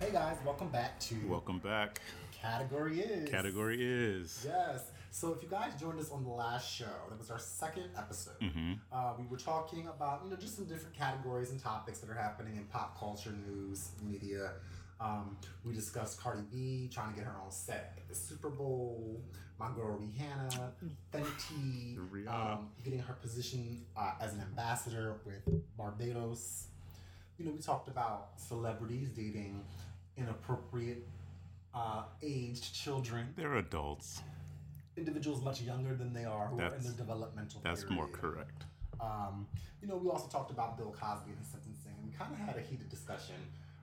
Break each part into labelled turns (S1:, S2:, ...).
S1: Hey guys, welcome back to
S2: Welcome back.
S1: Category Is.
S2: Category is.
S1: Yes. So if you guys joined us on the last show, that was our second episode. Uh, we were talking about you know just some different categories and topics that are happening in pop culture, news, media. Um, we discussed Cardi B trying to get her own set at the Super Bowl. My girl Rihanna, Fenty,
S2: Rihanna.
S1: um, getting her position uh, as an ambassador with Barbados. You know, we talked about celebrities dating inappropriate uh, aged children
S2: They're adults.
S1: individuals much younger than they are who are in
S2: That's-
S1: their developmental
S2: That's more
S1: period.
S2: correct.
S1: Um, you know, we also talked about Bill Cosby and sentencing, and we kind of had a heated discussion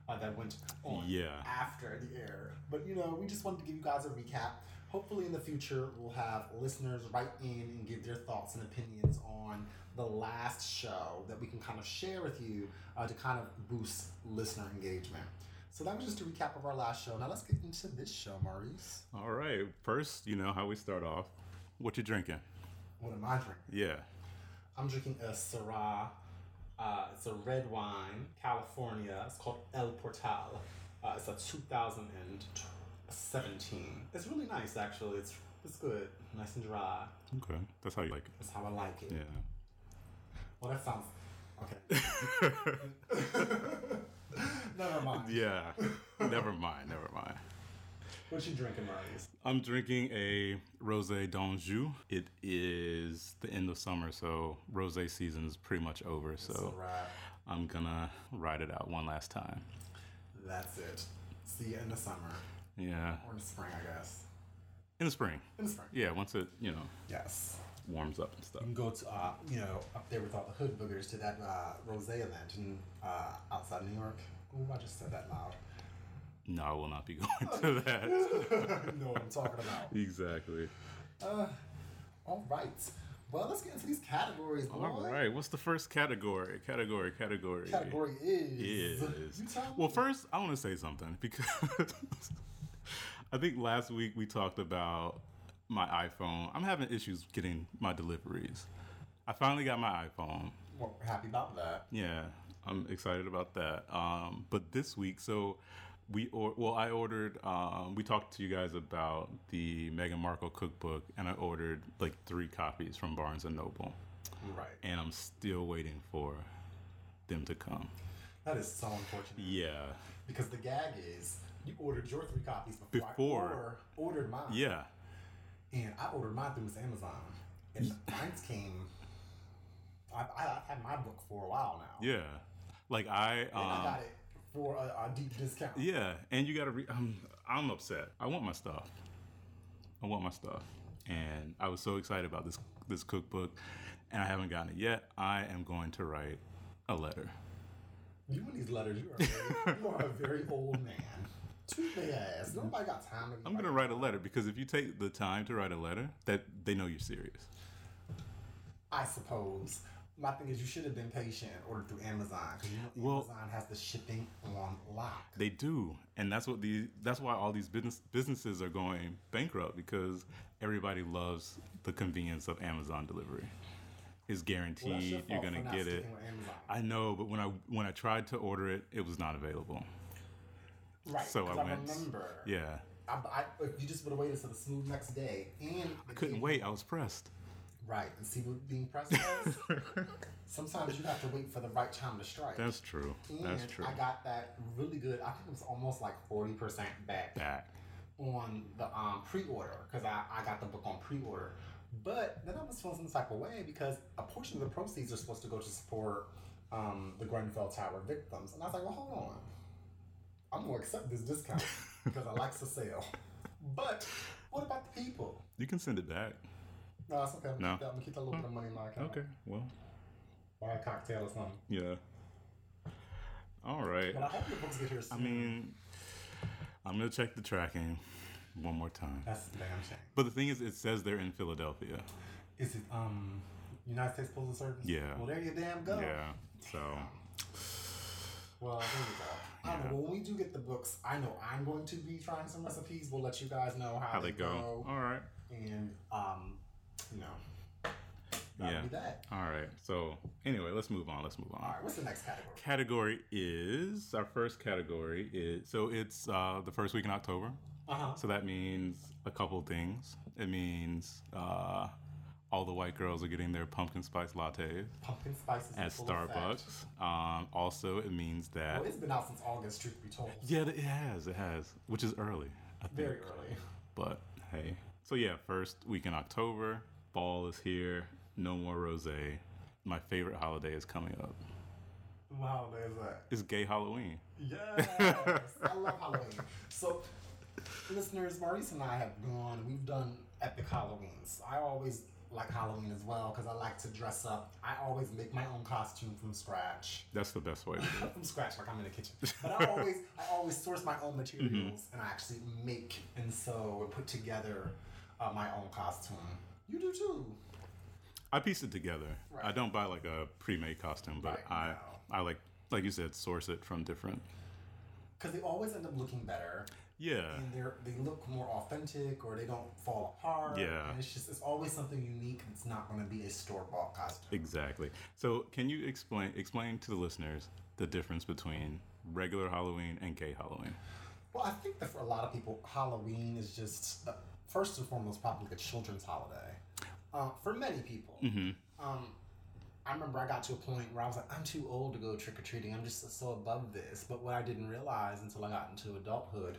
S1: uh, that went on
S2: Yeah.
S1: after the air. But you know, we just wanted to give you guys a recap. Hopefully, in the future, we'll have listeners write in and give their thoughts and opinions on the last show that we can kind of share with you uh, to kind of boost listener engagement. So that was just a recap of our last show. Now let's get into this show, Maurice.
S2: All right. First, you know how we start off. What you drinking?
S1: What am I drinking?
S2: Yeah.
S1: I'm drinking a Syrah. Uh, it's a red wine, California. It's called El Portal. Uh, it's a 2017. It's really nice, actually. It's it's good, nice and dry.
S2: Okay. That's how you like it.
S1: That's how I like it.
S2: Yeah.
S1: Well, that sounds okay. Never mind.
S2: Yeah. never mind. Never mind.
S1: What you drinking, Marius?
S2: I'm drinking a rosé d'Anjou. It is the end of summer, so rosé season is pretty much over. So
S1: Syrah.
S2: I'm gonna ride it out one last time.
S1: That's it. See you in the summer
S2: Yeah.
S1: or in the spring, I guess.
S2: In the spring.
S1: In the spring.
S2: Yeah. Once it you know
S1: Yes.
S2: warms up and stuff.
S1: can go to uh, you know up there with all the hood boogers to that uh, Rose event in, uh, outside New York. Ooh, I just said that loud.
S2: No, I will not be going to that.
S1: you know what I'm talking about.
S2: exactly.
S1: All right. Well, let's get into these categories. Boy.
S2: All right, what's the first category? Category, category.
S1: Category is. You
S2: Is.
S1: tell
S2: Well,
S1: me.
S2: first, I want to say something because I think last week we talked about my iPhone. I'm having issues getting my deliveries. I finally got my iPhone.
S1: Well, we're happy about that.
S2: Yeah, I'm excited about that. Um, but this week, so we or well, I ordered. Um, we talked to you guys about the Meghan Markle cookbook, and I ordered like three copies from Barnes and Noble,
S1: Right.
S2: and I'm still waiting for them to come.
S1: That is so unfortunate.
S2: Yeah,
S1: Because the gag is you ordered your three copies before, I
S2: Before.
S1: or- ordered mine.
S2: yeah,
S1: And I ordered mine through Amazon. And mine came. I, I, I've had my book for a while now.
S2: yeah. Like I, um,
S1: I got it for a, a deep discount.
S2: yeah, and you gotta. Re- I'm, I'm upset. I want my stuff. I want my stuff, and I was so excited about this this cookbook, and I haven't gotten it yet. I am going to write a letter.
S1: You and these letters, you are, very, you are a very old man. Too big ass. Nobody got time to.
S2: I'm gonna write a letter because if you take the time to write a letter, that they know you're serious.
S1: I suppose. My thing is, you should have been patient and ordered through Amazon because you know
S2: Well-
S1: Amazon has the shipping on lock.
S2: They do, and that's what the that's why all these business businesses are going bankrupt because everybody loves the convenience of Amazon delivery. It's
S1: Well, that's your
S2: guaranteed you're
S1: fault for
S2: gonna
S1: not
S2: get it.
S1: sticking with Amazon.
S2: I know, but when I when I tried to order it, it was not available.
S1: right.
S2: So
S1: 'cause
S2: I went.
S1: remember.
S2: Yeah,
S1: I, I, if you just would have waited till the smooth next day and
S2: I couldn't wait. I was pressed.
S1: Right, and see what being pressed was. Sometimes you have to wait for the right time to strike.
S2: That's true. That's
S1: And
S2: true.
S1: I got that really good. I think it was almost like forty percent back
S2: Back.
S1: on the um, pre-order because I, I got the book on pre-order. But then I was feeling some type of way because a portion of the proceeds are supposed to go to support um, the Grenfell Tower victims, and I was like, well, hold on, I'm gonna accept this discount because I like the sale. But what about the people?
S2: You can send it back.
S1: No, it's okay. I'm gonna,
S2: No.
S1: keep, that, I'm gonna keep that little bit of money in my account.
S2: Okay. Well.
S1: Buy a cocktail or something.
S2: Yeah. All right.
S1: But I hope your books get here soon.
S2: I mean, I'm gonna check the tracking one more time.
S1: that's the damn shame.
S2: But the thing is, it says they're in Philadelphia.
S1: Is it um United States Postal Service?
S2: Yeah.
S1: Well, there you damn go.
S2: Yeah. So
S1: Well, there you go. I don't know, when we do get the books, I know I'm going to be trying some recipes. We'll let you guys know how,
S2: how they go? All right.
S1: And um, you know, That'll
S2: Yeah.
S1: be that.
S2: All right. So anyway, let's move on. Let's move on.
S1: All right, what's the next category?
S2: Category is our first category is so it's uh, the first week in October.
S1: Uh huh.
S2: So that means a couple things. It means uh, all the white girls are getting their pumpkin spice lattes
S1: Pumpkin spices
S2: at Starbucks. Um, also, it means that
S1: Well, it's been out since August, truth be told.
S2: yeah, it has it has, which is early, I think.
S1: Very early.
S2: But hey, so yeah, first week in October, fall is here. No more rosé. My favorite holiday is coming up.
S1: Wow, there's that.
S2: It's Gay Halloween.
S1: Yes, I love Halloween. So, listeners, Maurice and I have gone. We've done epic Halloweens. I always like Halloween as well because I like to dress up. I always make my own costume from scratch.
S2: That's the best way. to do it.
S1: Not from scratch, like I'm in the kitchen. But I always, I always source my own materials and I actually make and sew and put together uh, my own costume. You do too.
S2: I piece it together.
S1: Right.
S2: I don't buy like a pre-made costume, but
S1: Right,
S2: I
S1: no.
S2: I like like you said, source it from different.
S1: Because they always end up looking better,
S2: Yeah,
S1: and they are they look more authentic, or they don't fall apart.
S2: Yeah.
S1: and it's just it's always something unique. It's not going to be a store bought costume.
S2: exactly. So can you explain explain to the listeners the difference between regular Halloween and gay Halloween?
S1: Well, I think that for a lot of people, Halloween is just uh, first and foremost probably a children's holiday. Uh, for many people, um, I remember I got to a point where I was like, I'm too old to go trick or treating. I'm just so above this. But what I didn't realize until I got into adulthood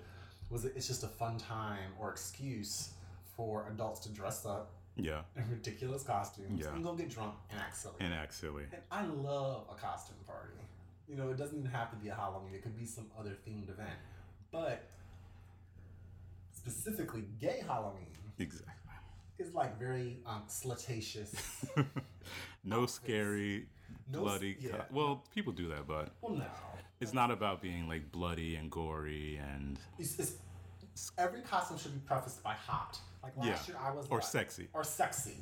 S1: was that it's just a fun time or excuse for adults to dress up
S2: Yeah,
S1: in ridiculous costumes
S2: Yeah.
S1: and go get drunk and act silly.
S2: and act silly.
S1: And I love a costume party. You know, it doesn't even have to be a Halloween, it could be some other themed event. But specifically, gay Halloween
S2: Exactly.
S1: is like very um, slutatious.
S2: no scary,
S1: No s-
S2: bloody. co-
S1: yeah.
S2: well, people do that, but
S1: well, no.
S2: it's not about being like bloody and gory and
S1: It's, it's, every costume should be prefaced by hot. Like last
S2: Yeah.
S1: year, I was
S2: or
S1: like-
S2: sexy.
S1: Or sexy.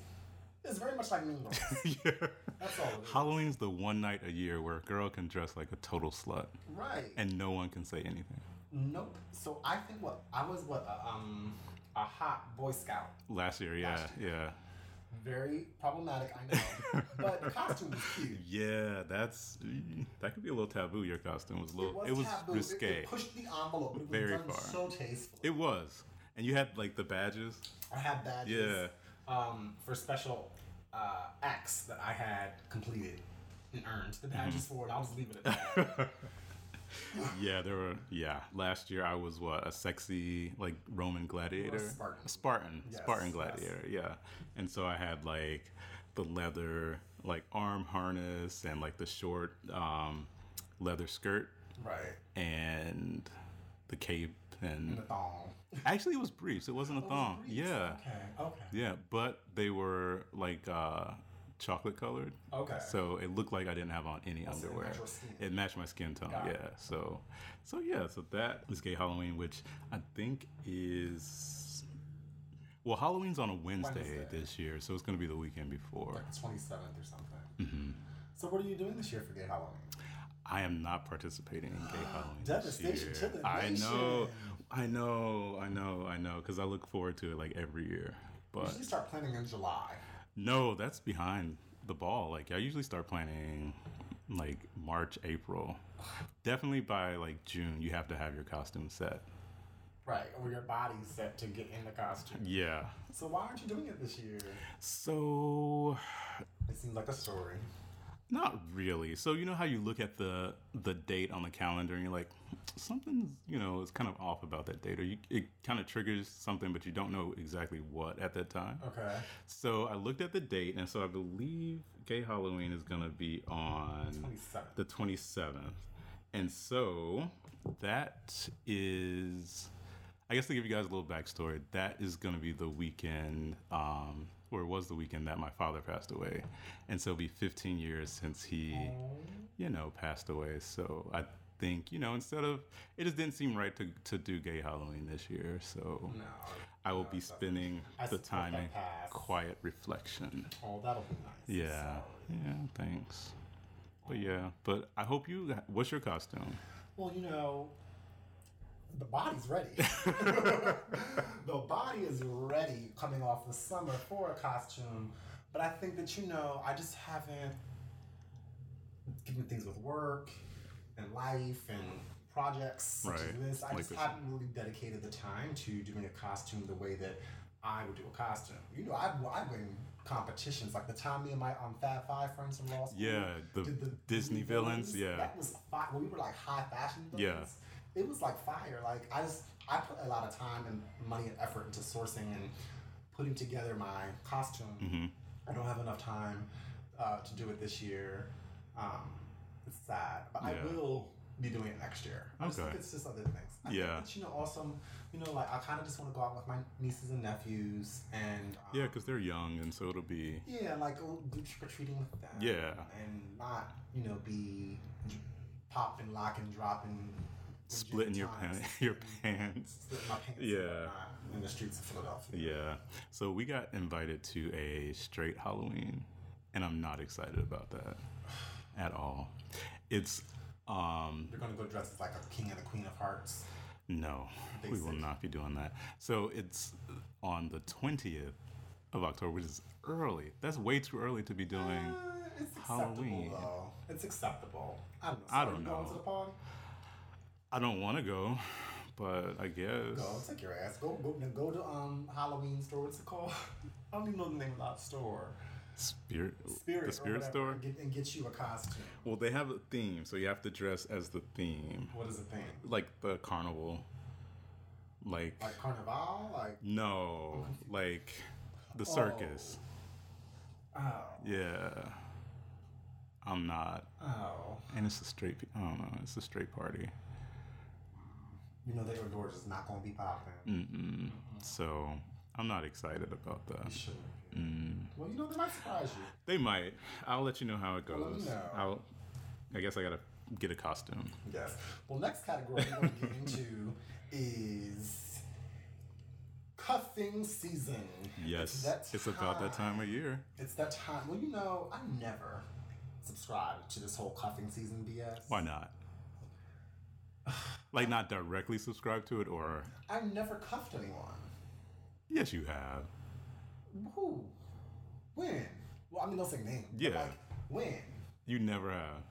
S1: It's very much like Mean Girls.
S2: yeah.
S1: That's all it is.
S2: Halloween's the one night a year where a girl can dress like a total slut
S1: right.
S2: and no one can say anything.
S1: nope. So I think what I was what a, um a hot Boy Scout.
S2: Last year, yeah,
S1: Last Very problematic, I know. but the costume was cute.
S2: yeah, yeah. That's that could be a little taboo. Your costume was a little. It was,
S1: taboo.
S2: risque.
S1: It,
S2: It,
S1: it pushed the envelope. It was
S2: Very
S1: done
S2: far.
S1: so tastefully.
S2: was, and you had like the badges.
S1: I had badges.
S2: Yeah.
S1: Um, for special uh, acts that I had completed and earned the badges
S2: Mm-hmm.
S1: for it. I'll just leave it at that.
S2: Yeah, there were. Yeah, last year I was what a sexy like Roman gladiator,
S1: Spartan.
S2: Spartan,
S1: Yes,
S2: Spartan
S1: yes.
S2: gladiator. Yeah, and so I had like the leather like arm harness and like the short um, leather skirt
S1: right.
S2: and the cape and
S1: The thong.
S2: actually it was briefs. It
S1: Oh,
S2: wasn't a thong.
S1: Briefs.
S2: Uh, Yeah.
S1: Okay. Okay.
S2: Yeah, but they were like uh, chocolate colored.
S1: Okay. Oh,
S2: So it looked like I didn't have on any
S1: so it
S2: underwear.
S1: matched your skin.
S2: It matched my skin tone.
S1: Got
S2: yeah.
S1: it.
S2: So, so yeah. So that is Gay Halloween, which I think is well, Halloween's on a Wednesday,
S1: Wednesday.
S2: this year, so it's going to be the weekend before.
S1: Twenty seventh or something.
S2: Mm-hmm.
S1: So what are you doing this year for Gay Halloween?
S2: I am not participating in Gay Halloween. this
S1: Devastation
S2: year.
S1: to the
S2: I know,
S1: nation.
S2: I know, I know, I know, because I look forward to it like every year.
S1: You
S2: But
S1: should start planning in July.
S2: No, that's behind the ball. Like I usually start planning like March, April. Definitely by like June, you have to have your costume set.
S1: Right. Or your body's set to get in the costume.
S2: Yeah.
S1: So why aren't you doing it this year?
S2: So
S1: It seems like a story.
S2: not really. So you know how you look at the the date on the calendar and you're like something's, you know, it's kind of off about that date or you, it kind of triggers something but you don't know exactly what at that time.
S1: Okay.
S2: So I looked at the date and so I believe Gay Halloween is going to be on
S1: Twenty seventh.
S2: the 27th. And so that is, I guess to give you guys a little backstory, that is going to be the weekend, um, or it was the weekend that my father passed away. And so it'll be 15 years since he, you know, passed away. So I think, you know, instead of, it just didn't seem right to, to do gay Halloween this year. So
S1: No.
S2: I will be spending
S1: I
S2: the
S1: support
S2: time
S1: that
S2: in
S1: pass.
S2: quiet reflection.
S1: Oh, that'll be nice.
S2: Yeah. Yeah, thanks. But yeah, but I hope you. What's your costume?
S1: Well, you know, the body's ready. the body is ready coming off the summer for a costume. But I think that you know, I just haven't given things with work and life and projects such as
S2: Right.
S1: this. I
S2: Like
S1: just
S2: this.
S1: haven't really dedicated the time to doing a costume the way that I would do a costume. You know, I I win competitions like the time me and my um Fab Five friends from law school.
S2: Yeah, the,
S1: did
S2: Disney villains. Yeah,
S1: That was fire. When we were like high fashion
S2: Yeah.
S1: villains, it was like fire. Like I just I put a lot of time and money and effort into sourcing and putting together my costume.
S2: hmm
S1: I don't have enough time uh, to do it this year. Um, it's sad, but
S2: Yeah.
S1: I will be doing it next year. I just
S2: Okay.
S1: think it's just other things. I
S2: Yeah.
S1: Think that, you know, also, you know, like I kind of just want to go out with my nieces and nephews and um,
S2: yeah, because they're young, and so it'll be
S1: yeah, like go do trick or treating with them.
S2: Yeah.
S1: and not you know be j- popping, locking, dropping,
S2: splitting your
S1: Virginia
S2: pants.
S1: times,
S2: Your pants.
S1: splitting my pants.
S2: Yeah.
S1: and whatnot in the streets of Philadelphia.
S2: Yeah. So we got invited to a straight Halloween, and I'm not excited about that at all. It's um
S1: You're gonna go dressed as like a king and a queen of hearts.
S2: no, we will
S1: Basic.
S2: not be doing that. So it's on the 20th of October, which is early. That's way too early to be doing.
S1: Uh, it's acceptable
S2: Halloween.
S1: though. It's acceptable. I don't know.
S2: I
S1: So
S2: don't
S1: you Going
S2: know.
S1: to the party?
S2: I don't want to go, but I guess
S1: Go take your ass. Go go go to um Halloween store. What's it called? I don't even know the name of that store.
S2: spirit,
S1: Spirit.
S2: the
S1: or
S2: spirit
S1: whatever,
S2: store.
S1: And get, and get you a costume.
S2: Well, they have a theme, so you have to dress as the theme,
S1: What is the thing?
S2: like the carnival, like
S1: Like carnival? Like
S2: No, like the circus.
S1: oh
S2: Yeah. I'm not.
S1: oh.
S2: And it's a straight, I don't know, it's a straight party.
S1: You know that your door is not gonna be popping.
S2: Mm. Mm-mm. So I'm not excited about that.
S1: You should.
S2: Mm.
S1: Well, you know they might surprise you.
S2: They might. I'll let you know how it
S1: let me
S2: goes.
S1: know.
S2: I'll, I guess I gotta get a costume.
S1: Yes. Well, next category we're gonna get into is cuffing season.
S2: Yes.
S1: that
S2: It's about that time of year.
S1: It's that time. Well, you know, I never subscribe to this whole cuffing season BS.
S2: Why not? Like, not directly subscribe to it, or.
S1: I never cuffed anyone.
S2: Yes, you have.
S1: Who? When? Well, I mean, don't say name. but,
S2: Yeah.
S1: Like, when?
S2: You never have.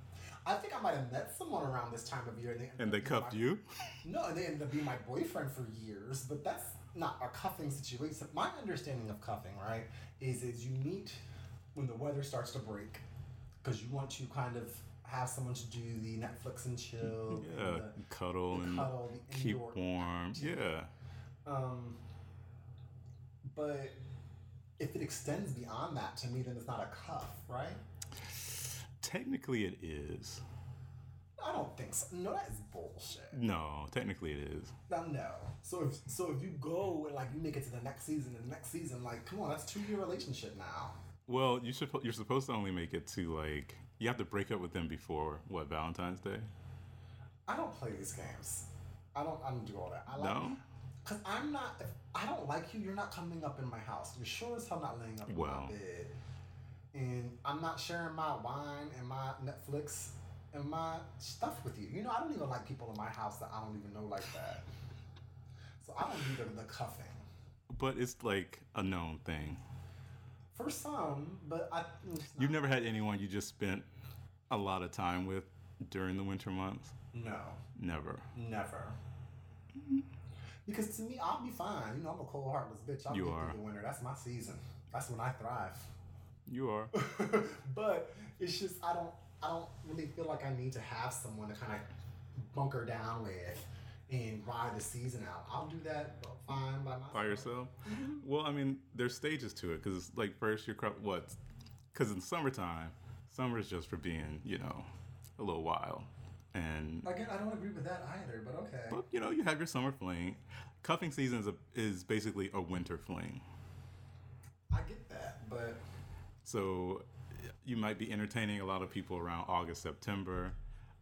S1: I think I might have met someone around this time of year, and they ended
S2: And they
S1: up being
S2: cuffed
S1: my-
S2: you?
S1: No, and they ended up being my boyfriend for years, but that's not a cuffing situation. My understanding of cuffing, right, is is you meet when the weather starts to break, because you want to kind of have someone to do the Netflix and chill. and
S2: Yeah,
S1: the-
S2: Uh, cuddle
S1: the
S2: and
S1: cuddle, the
S2: keep
S1: indoor
S2: warm. Yeah,
S1: Um, but if it extends beyond that to me, then it's not a cuff, right?
S2: technically it is.
S1: I don't think so. No, that is bullshit.
S2: No, technically it is.
S1: No, no. So if so, if you go and like you make it to the next season, and the next season, like, come on, that's two year relationship now.
S2: Well, you should. You're supposed to only make it to like. You have to break up with them before what Valentine's Day.
S1: I don't play these games. I don't. I don't do all that. I like,
S2: No?
S1: Cause I'm not. If I don't like you, you're not coming up in my house. You're sure as hell not laying up
S2: Well.
S1: in my bed. And I'm not sharing my wine and my Netflix and my stuff with you. You know, I don't even like people in my house that I don't even know like that. So I don't do the, the cuffing.
S2: But it's like a known thing.
S1: For some, but I. it's
S2: You've never had anyone you just spent a lot of time with during the winter months.
S1: not- no.
S2: Never.
S1: Never. Because to me, I'll be fine. You know, I'm a cold heartless bitch. I'll
S2: You
S1: get
S2: are.
S1: through the winter. That's my season. That's when I thrive.
S2: You are.
S1: but it's just I don't I don't really feel like I need to have someone to kind of bunker down with and ride the season out. I'll do that fine by myself.
S2: by yourself. Well, I mean, there's stages to it because, like, first you're cro- what? Because in summertime, summer is just for being, you know, a little wild, and
S1: Again, I don't agree with that either. But okay.
S2: but, you know, you have your summer fling. Cuffing season is a, is basically a winter fling,
S1: I get that, but
S2: so you might be entertaining a lot of people around August, September,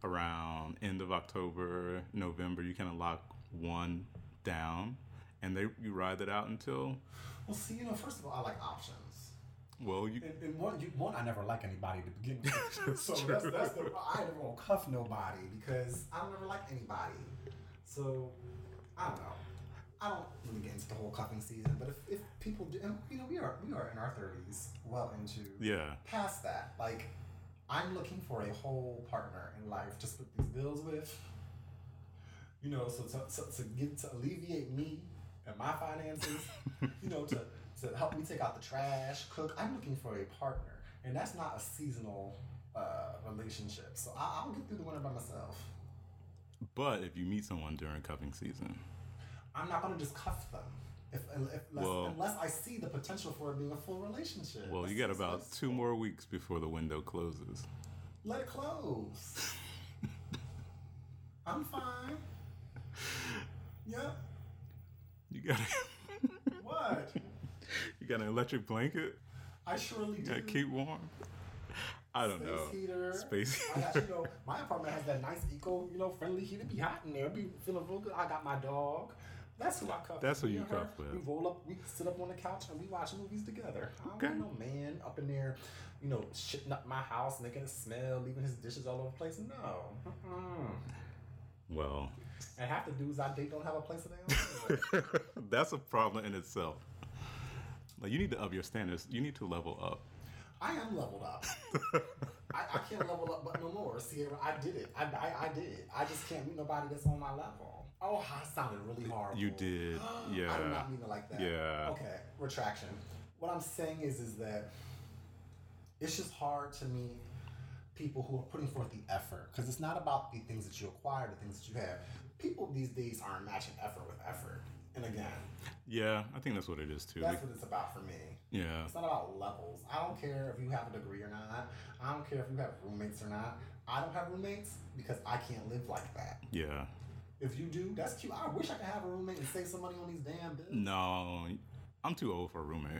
S2: around end of October, November. You kind of lock one down, and they you ride that out until
S1: well, see, you know, first of all, I like options.
S2: well, you
S1: And, and one, you, one, I never like anybody to begin with.
S2: That's
S1: so that's,
S2: true.
S1: that's the I never won't cuff nobody because I don't ever like anybody. So I don't know. I don't really get into the whole cuffing season, but if, if people do, and, you know, we are we are in our thirties, well into
S2: Yeah.
S1: past that. Like, I'm looking for a whole partner in life to split these bills with. You know, so to, so, to get to alleviate me and my finances, you know, to, to help me take out the trash, cook. I'm looking for a partner, and that's not a seasonal uh, relationship. So I, I'll get through the winter by myself.
S2: But if you meet someone during cuffing season,
S1: I'm not gonna just cuff them. If, if, unless,
S2: Well-
S1: unless I see the potential for it being a full relationship.
S2: well, you got about two more weeks before the window closes.
S1: Let it close. I'm fine. Yep.
S2: You got
S1: What?
S2: you got an electric blanket.
S1: I surely
S2: You
S1: do.
S2: gotta keep warm. I don't
S1: Space
S2: know.
S1: heater.
S2: Space
S1: I got,
S2: heater.
S1: you know, my apartment has that nice eco, you know, friendly heat. It be hot in there. It be feeling real good. I got my dog. That's who I cuff.
S2: That's who
S1: Me
S2: you
S1: and her,
S2: cuff with.
S1: We roll up, we sit up on the couch and we watch movies together. I don't
S2: Okay.
S1: want no man up in there, you know, shitting up my house, making it smell, leaving his dishes all over the place. No. Mm-mm.
S2: Well,
S1: And half the dudes I date don't have a place of their own.
S2: that's a problem in itself. Like you need to up your standards. You need to level up.
S1: I am leveled up. I, I can't level up but no more. Sierra, I did it. I, I, I did. I just can't meet nobody that's on my level. Oh, I sounded really horrible.
S2: You did,
S1: I did
S2: yeah.
S1: Oh. not mean it like that.
S2: Yeah.
S1: Okay, retraction. What I'm saying is, is that it's just hard to meet people who are putting forth the effort because it's not about the things that you acquire, the things that you have. People these days aren't matching effort with effort. And again,
S2: Yeah, I think that's what it is too.
S1: that's what it's about for me.
S2: yeah,
S1: It's not about levels. I don't care if you have a degree or not. I don't care if you have roommates or not. I don't have roommates because I can't live like that.
S2: yeah.
S1: If you do, that's cute. I wish I could have a roommate and save some money on these damn bills.
S2: No, I'm too old for a roommate.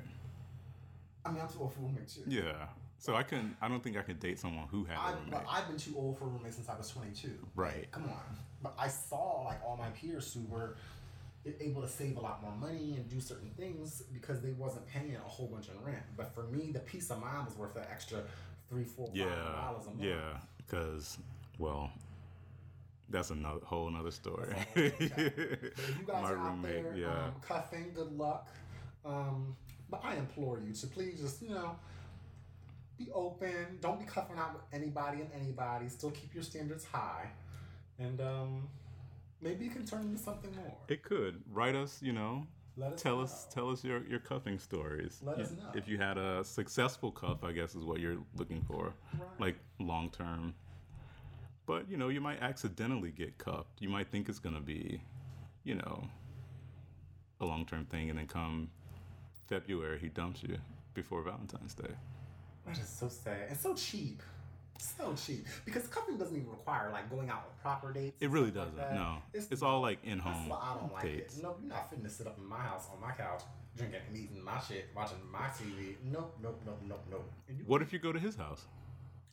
S1: I mean, I'm too old for roommates too.
S2: Yeah, so I couldn't. I don't think I could date someone who had
S1: I,
S2: a roommate.
S1: but I've been too old for roommates since I was 22.
S2: Right.
S1: Come on. But I saw like all my peers who were a- able to save a lot more money and do certain things because they wasn't paying a whole bunch in rent. But for me, the peace of mind was worth that extra three, four, five
S2: Yeah,
S1: dollars a month.
S2: yeah. Because, well, that's another whole another story.
S1: But if you guys
S2: My
S1: are out
S2: roommate,
S1: there
S2: yeah.
S1: um, cuffing, good luck. Um, but I implore you to please just, you know, be open. Don't be cuffing out with anybody and anybody. Still keep your standards high. And um, maybe you can turn into something more.
S2: It could write us, you know.
S1: Let us
S2: tell
S1: know.
S2: us, tell us your your cuffing stories.
S1: Let
S2: You-
S1: us know.
S2: if you had a successful cuff. I guess is what you're looking for,
S1: Right.
S2: like long term. But you know, you might accidentally get cuffed. You might think it's gonna be, you know, a long term thing, and then come February he dumps you before Valentine's Day.
S1: That is so sad. And so cheap. So cheap. Because cuffing doesn't even require like going out with proper dates.
S2: It
S1: and
S2: really
S1: stuff like
S2: doesn't.
S1: that.
S2: no,
S1: It's,
S2: it's, all like in
S1: That's
S2: home
S1: why I don't like
S2: dates.
S1: it. No, you're not finna sit up in my house on my couch drinking and eating my shit, watching my TV. Nope, nope, nope, nope, nope. And you,
S2: What if you go to his house?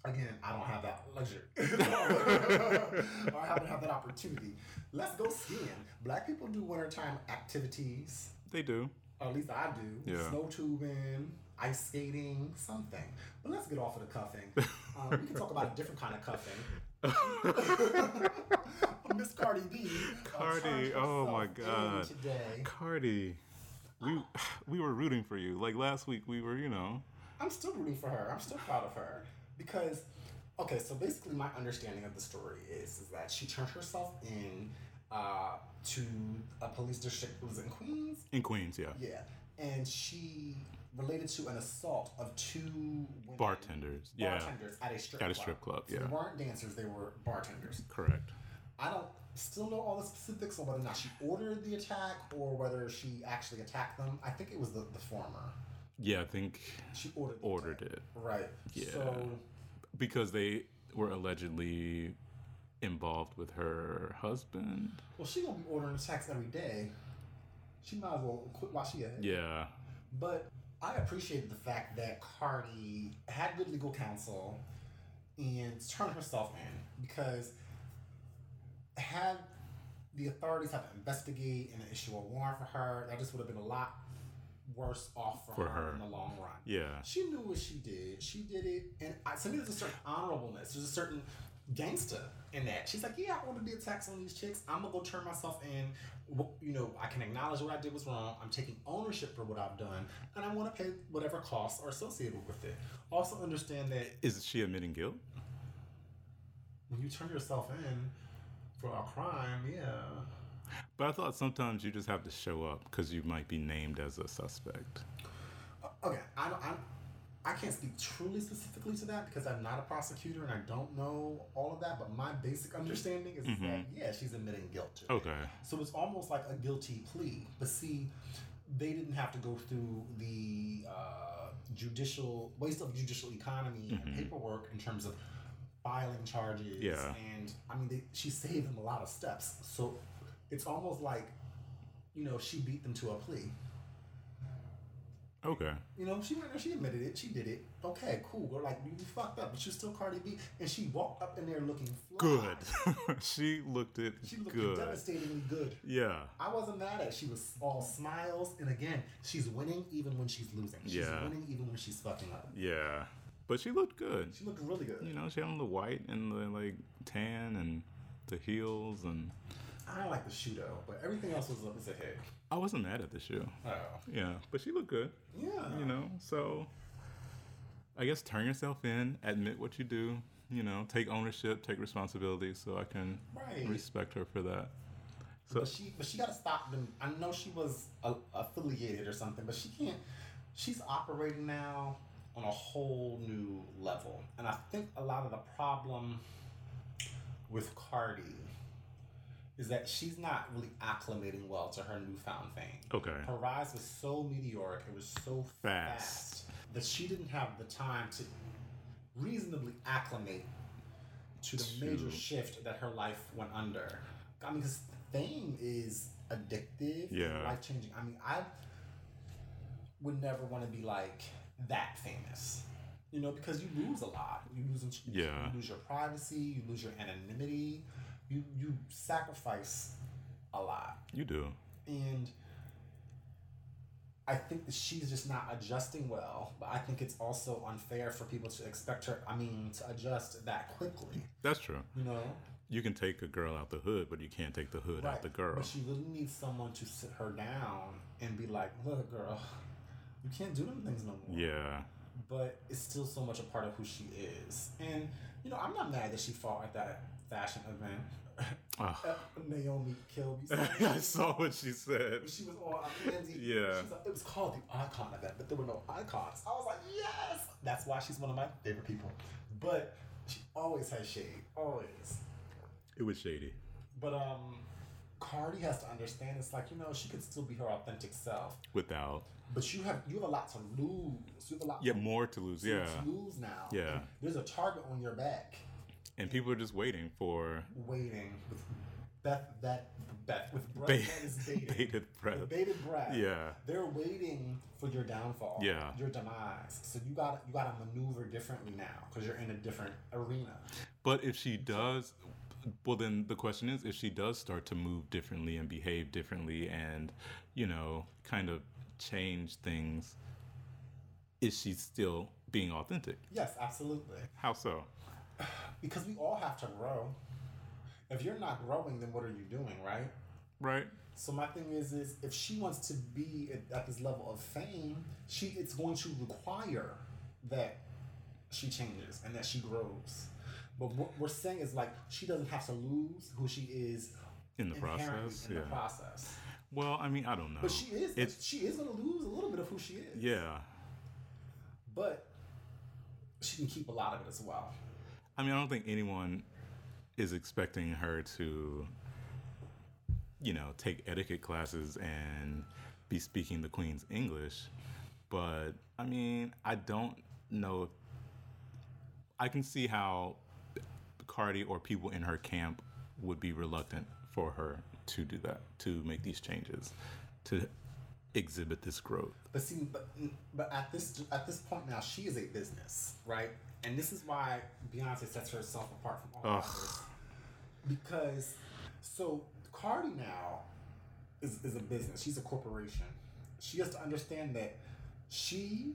S1: again, I don't have that luxury. or I haven't had that opportunity. Let's go skiing. Black people do wintertime activities.
S2: They do.
S1: Or at least I do.
S2: Yeah.
S1: Snow tubing, ice skating, something. But let's get off of the cuffing. Um, we can talk about a different kind of cuffing. Miss Cardi B. uh,
S2: Cardi,
S1: turned
S2: oh my
S1: herself in
S2: God.
S1: Today.
S2: Cardi, we we were rooting for you. Like last week, we were, you know,
S1: I'm still rooting for her. I'm still proud of her because, okay, so basically, my understanding of the story is is that she turned herself in uh, to a police district was in Queens.
S2: in Queens, yeah.
S1: Yeah, and she related to an assault of two women,
S2: Bartenders, yeah,
S1: bartenders at a strip
S2: At a
S1: club.
S2: strip club,
S1: So
S2: yeah.
S1: they weren't dancers; they were bartenders.
S2: correct.
S1: I don't still know all the specifics on whether or not she ordered the attack or whether she actually attacked them. I think it was the, the former.
S2: Yeah, I think
S1: She ordered the
S2: ordered
S1: attack.
S2: it
S1: Right.
S2: Yeah.
S1: So
S2: because they were allegedly involved with her husband.
S1: Well, she gonna be ordering attacks every day. She might as well quit while she ahead.
S2: Yeah,
S1: But I appreciated the fact that Cardi had good legal counsel and turned herself in because had the authorities had to investigate and issue a warrant for her, that just would have been a lot worse off for,
S2: For
S1: her,
S2: her.
S1: in the long run.
S2: yeah,
S1: She knew what she did. She did it, and I, to me, there's a certain honorableness. There's a certain gangsta in that. She's like, yeah, I want to be a tax on these chicks. I'm gonna go turn myself in. W- You know, I can acknowledge what I did was wrong. I'm taking ownership for what I've done, and I want to pay whatever costs are associated with it. Also, understand that
S2: Is she admitting guilt?
S1: when you turn yourself in for a crime, yeah,
S2: But I thought sometimes you just have to show up because you might be named as a suspect.
S1: okay, I don't. I'm, I can't speak truly specifically to that because I'm not a prosecutor and I don't know all of that. But my basic understanding is that yeah, she's admitting guilt to it.
S2: Mm-hmm. Okay.
S1: So it's almost like a guilty plea. But see, they didn't have to go through the uh, judicial waste of judicial economy and paperwork in terms of filing charges.
S2: Mm-hmm. Yeah.
S1: And I mean, they, she saved them a lot of steps. So it's almost like, you know, she beat them to a plea.
S2: Okay.
S1: You know, she went there, she admitted it, she did it. Okay, cool. We're like, you fucked up, but you're still Cardi B. And she walked up in there looking fly.
S2: Good. she looked it
S1: She looked
S2: good.
S1: devastatingly good.
S2: Yeah.
S1: I wasn't mad at. it. She was all smiles, and again, she's winning even when she's losing. She's
S2: Yeah.
S1: winning even when she's fucking up.
S2: Yeah. But she looked good.
S1: She looked really good.
S2: You know, she had on the white and the like tan and the heels and
S1: I don't like the shooto, but everything else was, was a hit.
S2: I wasn't mad at the shoe.
S1: Oh,
S2: Yeah. But she looked good.
S1: yeah.
S2: You know, so I guess turn yourself in, admit what you do, you know, take ownership, take responsibility so I can
S1: Right.
S2: respect her for that. So
S1: But she, but she got to stop them. I know she was a, affiliated or something, but she can't. She's operating now on a whole new level, and I think a lot of the problem with Cardi is that she's not really acclimating well to her newfound fame.
S2: okay.
S1: Her rise was so meteoric, it was so fast,
S2: Fast.
S1: that she didn't have the time to reasonably acclimate to the major
S2: To-
S1: shift that her life went under. I mean, because fame is addictive,
S2: Yeah.
S1: life changing. I mean, I would never want to be like that famous. You know, because you lose a lot. You lose,
S2: Yeah.
S1: you lose your privacy. You lose your anonymity. You you sacrifice a lot
S2: You do.
S1: and I think that she's just not adjusting well. But I think it's also unfair for people to expect her. I mean, to adjust that quickly.
S2: That's true.
S1: You know,
S2: You can take a girl out the hood, but you can't take the hood out the girl.
S1: But she really needs someone to sit her down and be like, "Look, girl, you can't do them things no more."
S2: yeah.
S1: But it's still so much a part of who she is. And you know, I'm not mad that she fought at that fashion event. Uh,
S2: Ah.
S1: Naomi Kilby.
S2: I saw what she said.
S1: She was all up Lindsay.
S2: Yeah.
S1: She was like, it was called the icon event, but there were no icons. I was like, yes! That's why she's one of my favorite people. But she always has shade. Always.
S2: It was shady.
S1: But um Cardi has to understand it's like, you know, she could still be her authentic self.
S2: Without.
S1: But you have you have a lot to lose. You have a lot
S2: Yeah, more to lose. Yeah.
S1: to lose now.
S2: Yeah.
S1: And there's a target on your back
S2: And people are just waiting for
S1: waiting with Beth that Beth with breath
S2: ba-
S1: that is dating.
S2: bated breath.
S1: With bated breath.
S2: Yeah.
S1: They're waiting for your downfall.
S2: Yeah.
S1: Your demise. So you got you got to maneuver differently now because you're in a different arena.
S2: But if she does, well, then the question is if she does start to move differently and behave differently and, you know, kind of change things, is she still being authentic?
S1: Yes, absolutely.
S2: How so?
S1: Because we all have to grow. If you're not growing, then what are you doing, right?
S2: Right?
S1: So my thing is, is if she wants to be at, at this level of fame, she it's going to require that she changes and that she grows. But what we're saying is like she doesn't have to lose who she is
S2: In the
S1: inherently
S2: process?
S1: in
S2: yeah.
S1: the process.
S2: well, I mean, I don't know.
S1: But she is
S2: It's-
S1: she is gonna lose a little bit of who she is.
S2: yeah.
S1: But she can keep a lot of it as well.
S2: I mean, I don't think anyone is expecting her to, you know, take etiquette classes and be speaking the Queen's English. But I mean, I don't know. if- I can see how Cardi or people in her camp would be reluctant for her to do that, to make these changes, to exhibit this growth.
S1: But see, but, but at this at this point now, she is a business, right? And this is why Beyonce sets herself apart from all others because so Cardi now is is a business. She's a corporation. She has to understand that she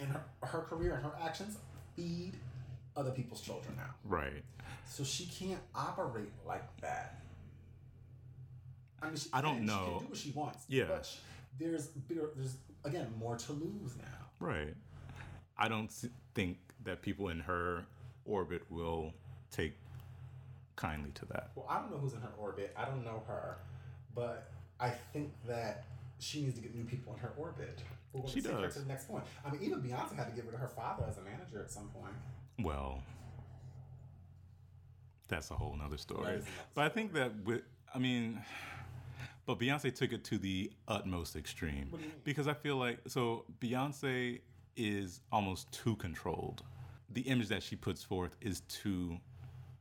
S1: and her, her career and her actions feed other people's children now.
S2: Right.
S1: So she can't operate like that. I mean, she
S2: I don't
S1: can, She
S2: know.
S1: can do what she wants.
S2: Yeah.
S1: But sh- there's there- there's again more to lose now.
S2: Right. I don't s- think that people in her orbit will take kindly to that.
S1: Well, I don't know who's in her orbit. I don't know her, but I think that she needs to get new people in her orbit. We're going
S2: She
S1: to take her
S2: does.
S1: to the next point. I mean, even Beyonce had to get rid of her father as a manager at some point.
S2: Well, that's a whole nother
S1: That
S2: story.
S1: is another
S2: But I think that with, I mean, but Beyonce took it to the utmost extreme
S1: What do you mean?
S2: because I feel like so Beyonce is almost too controlled. The image that she puts forth is too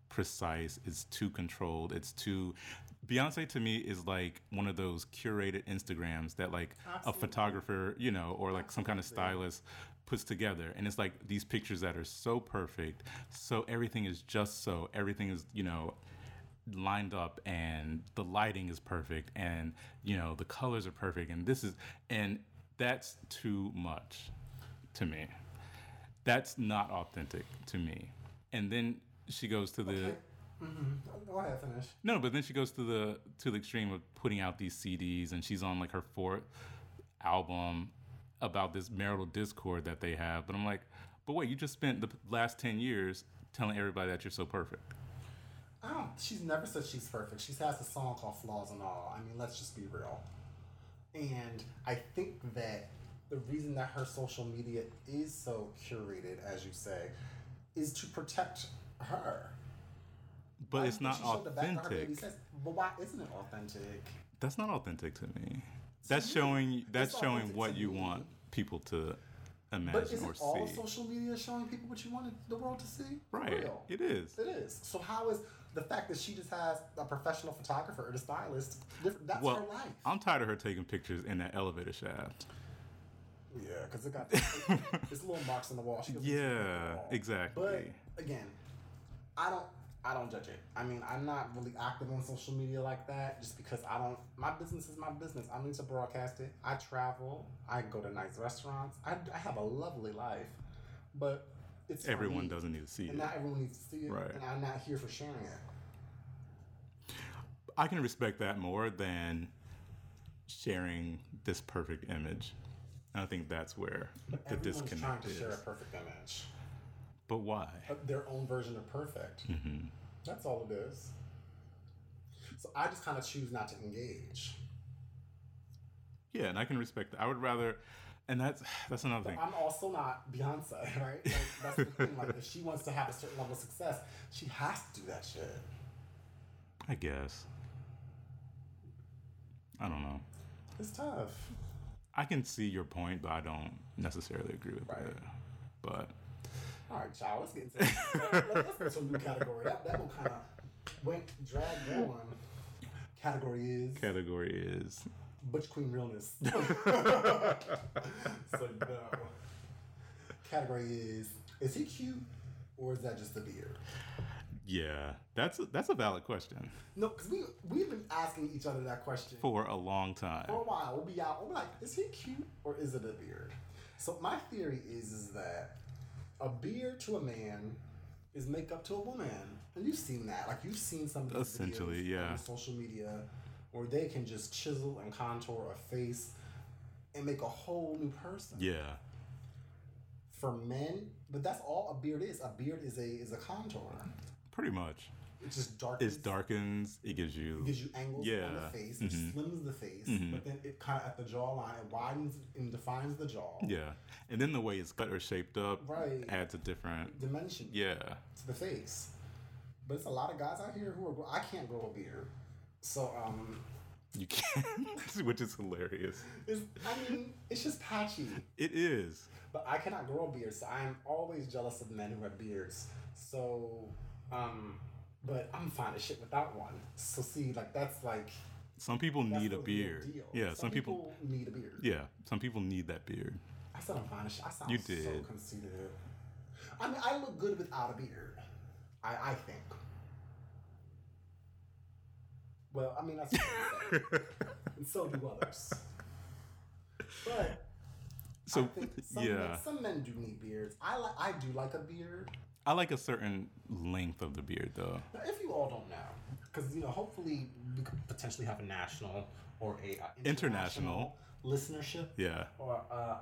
S2: precise. It's too controlled. It's too. Beyonce to me is like one of those curated Instagrams that like a photographer, you know, or like some kind of stylist puts together. And it's like these pictures that are so perfect. So everything is just so. Everything is, you know, lined up and the lighting is perfect and, you know, the colors are perfect. And this is, and that's too much to me. That's not authentic to me. And then she goes to the
S1: Go ahead, finish.
S2: no, but then she goes to the to the extreme of putting out these CDs, and she's on like her fourth album about this marital discord that they have. But I'm like, but wait, you just spent the p- last ten years telling everybody that you're so perfect.
S1: I don't. She's never said she's perfect. She has a song called "Flaws and All." I mean, let's just be real. And I think that the reason that her social media is so curated, as you say, is to protect her.
S2: But
S1: I
S2: it's
S1: don't
S2: not
S1: think she showed the back of her
S2: authentic.
S1: baby's head. But why isn't it authentic?
S2: That's not authentic to me. That's
S1: me,
S2: showing. That's
S1: it's
S2: showing
S1: authentic
S2: what
S1: to
S2: you
S1: me.
S2: want people to
S1: But
S2: imagine or
S1: isn't all
S2: see.
S1: social media showing people what you wanted the world to see? For
S2: right.
S1: real.
S2: It is.
S1: It is. So how is the fact that she just has a professional photographer or a stylist? Different, that's her
S2: Well,
S1: life.
S2: I'm tired of her taking pictures in that elevator shaft.
S1: Yeah, because it got it's little marks on the wall. She doesn't
S2: Yeah,
S1: look at the wall.
S2: exactly.
S1: But again, I don't. I don't judge it. I mean, I'm not really active on social media like that, just because I don't. My business is my business. I need to broadcast it. I travel. I go to nice restaurants. I, I have a lovely life, but it's for
S2: Everyone
S1: me,
S2: doesn't need to see
S1: and
S2: it.
S1: not everyone needs to see it.
S2: Right.
S1: And I'm not here for sharing it.
S2: I can respect that more than sharing this perfect image. And I think that's where the
S1: Everyone's trying
S2: disconnect
S1: to
S2: is.
S1: share a perfect image,
S2: But why?
S1: uh, their own version of perfect.
S2: hmm
S1: That's all it is. So I just kind of choose not to engage.
S2: Yeah, and I can respect that. I would rather, and that's that's another thing.
S1: I'm also not Beyonce, right? Like, that's the thing. Like, if she wants to have a certain level of success, she has to do that shit.
S2: I guess. I don't know.
S1: It's tough.
S2: I can see your point, but I don't necessarily agree with
S1: Right.
S2: it. But
S1: All right, child, let's get into let's get into a new category. That, that one kind of went dragged on. Category is
S2: category is
S1: Butch Queen Realness. so no. Category is is he cute or is that just the beard?
S2: yeah. That's a, that's a valid question
S1: No, because we we've been asking each other that question
S2: for a long time.
S1: for a while. We'll be out. We'll be like, is he cute or is it a beard? So my theory is is that a beard to a man is makeup to a woman, and you've seen that. Like you've seen some of these
S2: Essentially,
S1: videos
S2: yeah.
S1: on social media where they can just chisel and contour a face and make a whole new person
S2: Yeah,
S1: for men. But that's all a beard is. A beard is a is a contour.
S2: pretty much.
S1: It's just dark.
S2: It darkens. It gives you
S1: gives you angles on
S2: Yeah. Mm-hmm.
S1: the face, which slims the face, but then it kind of at the jawline, it widens and defines the jaw.
S2: Yeah, and then the way it's cut or shaped up
S1: Right.
S2: adds a different.
S1: Dimension
S2: Yeah,
S1: to the face. But it's a lot of guys out here who are, I can't grow a beard. So, um,
S2: you can, which is hilarious.
S1: it's, I mean, it's just patchy.
S2: It is.
S1: But I cannot grow a beard, so I am always jealous of men who have beards. So, um, but I'm fine as shit without one. So, see, like, that's like.
S2: Some people
S1: that's
S2: need
S1: the
S2: a
S1: real
S2: beard.
S1: deal.
S2: Yeah, some, people,
S1: need a beard.
S2: Yeah, some people need that beard.
S1: I said I'm fine. as shit. I sound
S2: You
S1: so
S2: did.
S1: conceited. I mean, I look good without a beard. I, I think. Well, I mean, that's what I'm saying. and so do others. But I
S2: So
S1: think some,
S2: yeah,
S1: men, some men do need beards. I like I do like a beard.
S2: I like a certain length of the beard though.
S1: Now, if you all don't know, because you know, hopefully we could potentially have a national or a uh,
S2: International.
S1: listenership.
S2: Yeah.
S1: Or uh,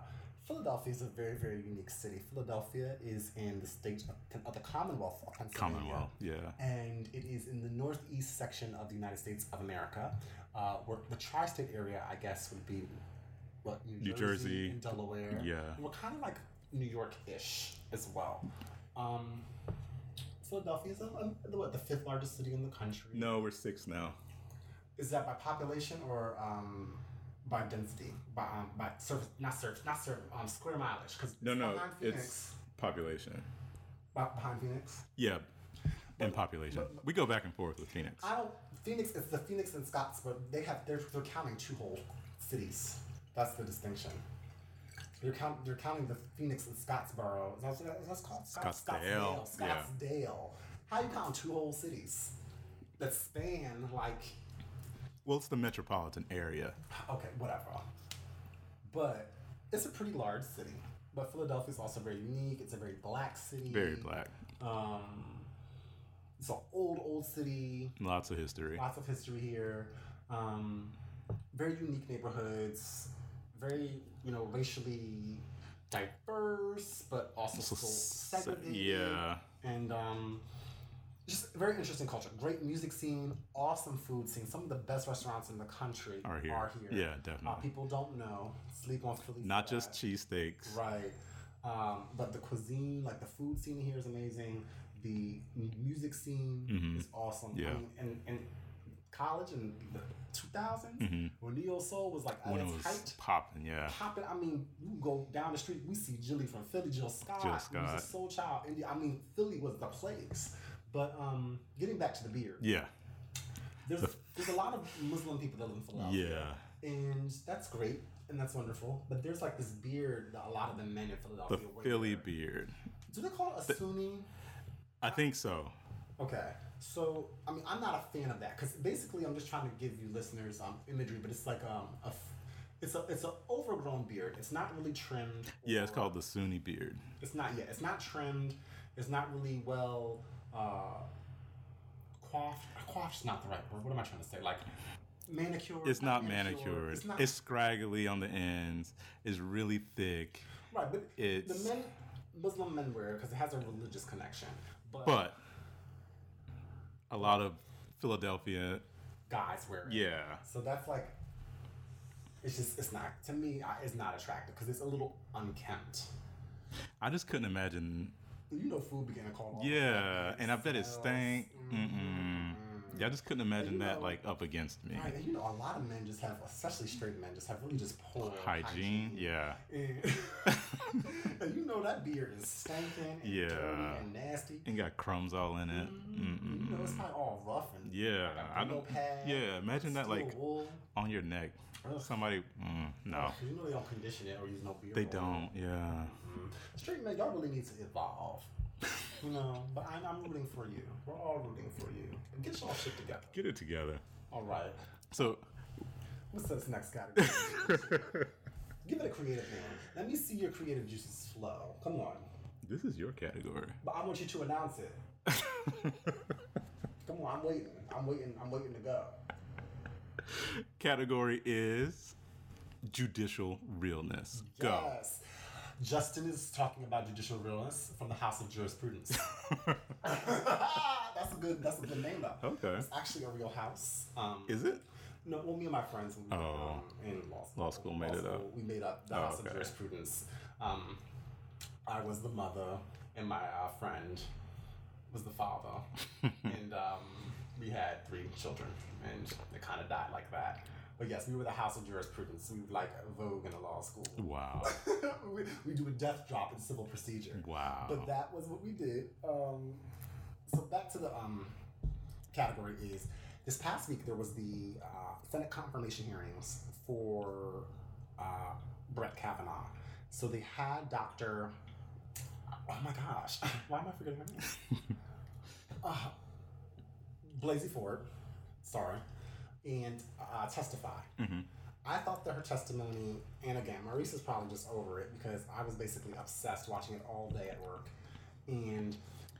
S1: Philadelphia is a very very unique city. Philadelphia is in the state of, of the Commonwealth of Pennsylvania.
S2: Commonwealth. Yeah.
S1: And it is in the northeast section of the United States of America, uh, where the tri-state area, I guess, would be what New,
S2: New Jersey.
S1: and Delaware.
S2: Yeah.
S1: we're kind of like New York-ish as well. Um, Philadelphia is um, the, what, the fifth largest city in the country.
S2: No, we're six now.
S1: Is that by population or um, by density? By um, by surface, not surface, not surface, um, square mileage. Because
S2: No, no,
S1: behind Phoenix,
S2: it's population.
S1: by- behind Phoenix.
S2: Yeah, and population. We go back and forth with Phoenix.
S1: I don't. Phoenix is the Phoenix and Scots, but they have they're, they're counting two whole cities. That's the distinction. You're count you're counting the Phoenix and Scottsboro. Is that, is that- that's called Scotts-
S2: Scottsdale,
S1: Scottsdale.
S2: yeah.
S1: Scottsdale. How you count two whole cities that span like
S2: Well, it's the metropolitan area.
S1: okay whatever, but it's a pretty large city. But Philadelphia's also very unique. It's a very black city.
S2: Very black.
S1: Um, it's an old old city.
S2: Lots of history.
S1: lots of history here um, very unique neighborhoods very you know racially diverse but also
S2: So-
S1: still
S2: so-
S1: segregated
S2: yeah.
S1: and um, just a very interesting culture great music scene awesome food scene some of the best restaurants in the country
S2: Are here. Yeah, definitely.
S1: Uh, people don't know sleep on Philly
S2: Not
S1: for
S2: just
S1: that.
S2: cheesesteaks.
S1: Right. Um, but the cuisine, like the food scene here is amazing. The m- music scene is awesome.
S2: Mm-hmm. Yeah.
S1: I mean, and, and college in the 2000s, when Neo Soul was like at
S2: Mm-hmm. When it
S1: its
S2: was
S1: height,
S2: popping, yeah.
S1: popping. I mean, you go down the street, we see Jilly from Philly, Jill Scott,
S2: Jill
S1: who's
S2: Scott.
S1: a soul child. And I mean, Philly was the place. But um, getting back to the beer,
S2: Yeah.
S1: there's, there's a lot of Muslim people that live in Philadelphia
S2: Yeah.
S1: and that's great and that's wonderful. But there's like this beard that a lot of the men in
S2: The
S1: Philadelphia wear.
S2: Philly beard.
S1: Do they call it a Sunni?
S2: I think so.
S1: Okay, so I mean I'm not a fan of that because basically I'm just trying to give you listeners um imagery, but it's like um a f- it's a it's an overgrown beard. It's not really trimmed.
S2: Yeah, it's
S1: or-
S2: called the Sunni beard.
S1: It's not yet. It's not trimmed. It's not really well uh, coiffed. Coiffed's not the right word. What am I trying to say? Like manicured.
S2: It's not manicured. It's,
S1: not
S2: scraggly on the ends. It's really thick.
S1: Right, but
S2: It's-
S1: the men, Muslim men wear because it has a religious connection. But,
S2: But a lot of Philadelphia.
S1: guys wear it.
S2: Yeah.
S1: So that's like, it's just it's not to me. I- It's not attractive because it's a little unkempt.
S2: I just couldn't imagine.
S1: You know, food began to call. all
S2: Yeah.
S1: that
S2: And I bet it
S1: smells. mm.
S2: stank. Mm-mm. Yeah, I just couldn't imagine
S1: you
S2: that
S1: know-
S2: like up against me.
S1: Right, and you know, a lot of men just have, especially straight men, just have really just poor
S2: Hygiene. Yeah.
S1: And, and you know that beard is stinking and
S2: Yeah.
S1: dirty and nasty.
S2: And got crumbs all in it. Mm-mm.
S1: You know, it's probably all rough and
S2: Yeah. I
S1: pillow
S2: don't.
S1: pad,
S2: Yeah. Imagine that
S1: steel
S2: like
S1: wool.
S2: on your neck.
S1: Ugh.
S2: Somebody. Mm, no.
S1: You know they don't condition it or use no beer.
S2: They
S1: oil.
S2: don't. Yeah.
S1: Straight man, y'all really need to evolve. You know, but I'm, I'm rooting for you. We're all rooting for you. Get y'all shit together.
S2: Get it together.
S1: All right.
S2: So.
S1: What's this next category? Give it a creative name. Let me see your creative juices flow. Come on.
S2: This is your category.
S1: But I want you to announce it. Come on, I'm waiting. I'm waiting. I'm waiting to go.
S2: Category is judicial realness. Go.
S1: Yes. Justin is talking about judicial realness from the House of Jurisprudence. that's a good. That's a good name though.
S2: Okay.
S1: It's actually a real house. Um,
S2: Is it?
S1: no, well, me and my friends when we were
S2: Oh.
S1: um, in law school,
S2: Law school made it up.
S1: We made up the
S2: Oh,
S1: House
S2: okay.
S1: of Jurisprudence. Um, I was the mother, and my uh, friend was the father, and um, we had three children, and it kind of died like that. But yes, we were the House of Jurisprudence. We were like Vogue in a law school.
S2: Wow.
S1: we, we do a death drop in civil procedure. But
S2: Wow.
S1: that was what we did. Um, so back to the um, category is this past week there was the uh, Senate confirmation hearings for uh, Brett Kavanaugh. So they had Dr. Oh my gosh, why am I forgetting her name? uh, Blasey Ford, sorry, and uh, testify.
S2: Mm-hmm.
S1: I thought that her testimony, and again, Maurice is probably just over it because I was basically obsessed watching it all day at work. And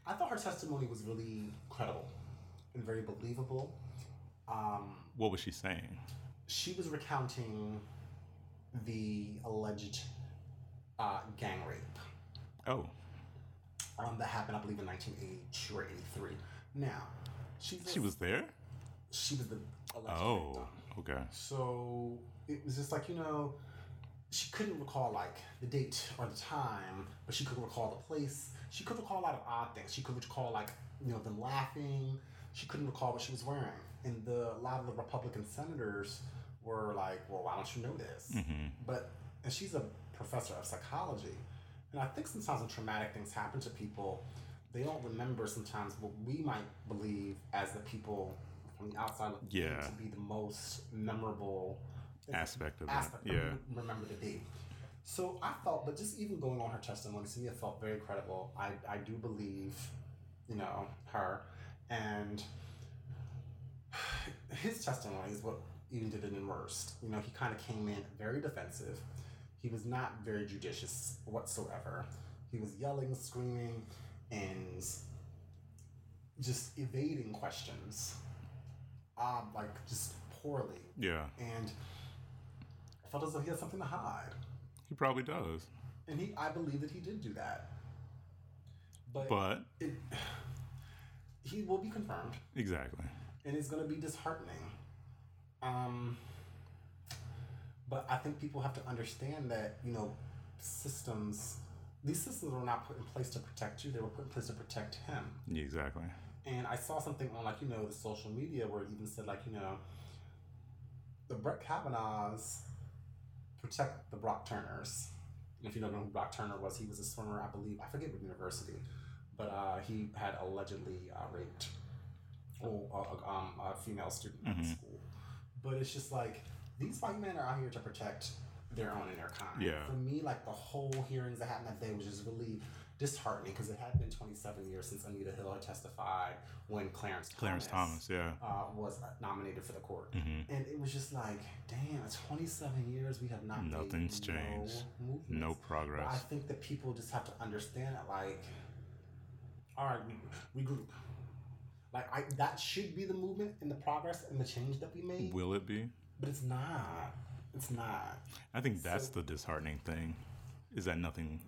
S1: I thought her testimony was really credible and very believable. Um,
S2: What was she saying?
S1: she was recounting the alleged uh, gang rape
S2: Oh,
S1: um, that happened, I believe, in 1982 or 83. Now, she's
S2: she was there.
S1: she was the alleged
S2: Oh,
S1: victim.
S2: okay.
S1: So it was just like, you know, she couldn't recall like the date or the time, but she could recall the place. She could recall a lot of odd things. She could recall like, you know, them laughing. She couldn't recall what she was wearing. And the a lot of the Republican senators were like, Well, why don't you know this?
S2: hmm
S1: But and she's a professor of psychology. And I think sometimes when traumatic things happen to people, they don't remember sometimes what we might believe as the people from the outside looking in
S2: Yeah.
S1: to be the most memorable
S2: Aspect of that.
S1: aspect.
S2: Yeah.
S1: Remember the date. So I felt, but just even going on her testimony, to me, it felt very credible. I, I do believe, you know, her. And his testimony is what even did it in worst. You know, he kind of came in very defensive. He was not very judicious whatsoever. He was yelling, screaming, and just evading questions. Uh, like, just poorly.
S2: Yeah.
S1: And I felt as though he had something to hide.
S2: He probably does.
S1: And he, I believe that he did do that. But,
S2: But
S1: it, he will be confirmed,
S2: exactly.
S1: and it's going to be disheartening. Um, but I think people have to understand that you know systems. These systems were not put in place to protect you; they were put in place to protect him.
S2: Yeah, exactly.
S1: And I saw something on like you know the social media where it even said like you know the Brett Kavanaughs protect the Brock Turners. And if you don't know who Brock Turner was, he was a swimmer, I believe. I forget what university, but uh, he had allegedly uh, raped oh, uh, um, a female student at the
S2: Mhm.
S1: school. But it's just like these white men are out here to protect their own and their kind.
S2: Yeah.
S1: For me, like the whole hearings that happened that day was just really disheartening because it had been 27 years since Anita Hill had testified when Clarence
S2: Clarence Thomas. Yeah.
S1: Uh, was nominated for the court.
S2: hmm
S1: And it was just like, damn, 27 years we have not made
S2: Nothing's
S1: no
S2: changed.
S1: movements.
S2: No
S1: But I
S2: progress.
S1: think that people just have to understand that, like, all right, we regroup. Like, I, that should be the movement and the progress and the change that we made,
S2: Will it be?
S1: but it's not. It's not.
S2: I think that's
S1: So-
S2: the disheartening thing, is that nothing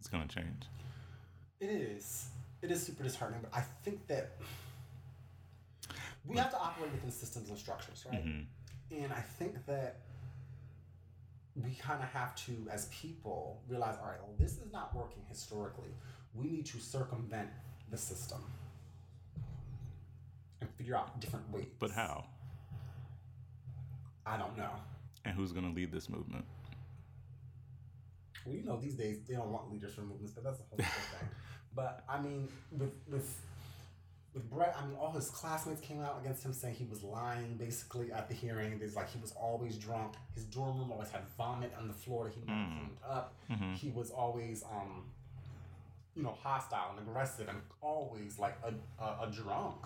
S2: is going to change.
S1: It is. It is super disheartening, but I think that we have to operate within systems and structures, right?
S2: hmm
S1: And I think that we kind of have to, as people, realize all right, well, this is not working historically. We need to circumvent the system and figure out different ways.
S2: But how?
S1: I don't know.
S2: And who's going to lead this movement?
S1: Well, you know, these days they don't want leaders for movements, but that's a whole other thing. But I mean, with with with Brett, I mean, all his classmates came out against him, saying he was lying basically at the hearing. There's like he was always drunk. His dorm room always had vomit on the floor that he never
S2: Mm.
S1: cleaned up.
S2: Mhm.
S1: He was always um, you know, hostile and aggressive and always like a, a, a drunk.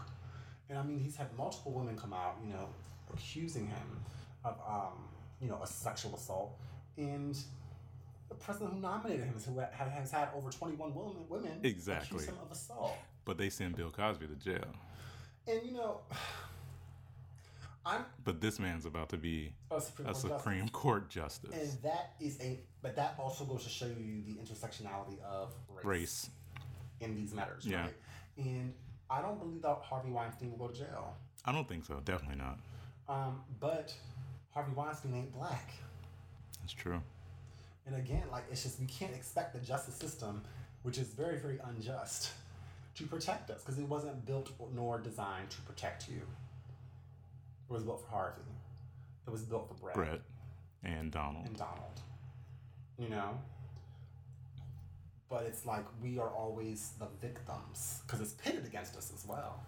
S1: And I mean, he's had multiple women come out, you know, accusing him of, um, you know, a sexual assault. And the person who nominated him is who ha- has had over 21 women, women
S2: Exactly.
S1: accuse him of assault.
S2: But they send Bill Cosby to jail.
S1: And, you know, I'm
S2: But this man's about to be
S1: a Supreme
S2: a
S1: Court justice.
S2: Supreme Court justice.
S1: And that is a, but that also goes to show you the intersectionality of
S2: Race.
S1: in these matters,
S2: Yeah.
S1: right? And I don't believe that Harvey Weinstein will go to jail.
S2: I don't think so. Definitely not.
S1: Um, but Harvey Weinstein ain't black.
S2: That's true.
S1: And again, like it's just we can't expect the justice system, which is very, very unjust, to protect us because it wasn't built nor designed to protect you. It was built for Harvey. It was built for Brett,
S2: Brett and Donald.
S1: and Donald. You know. But it's like we are always the victims because it's pitted against us as well.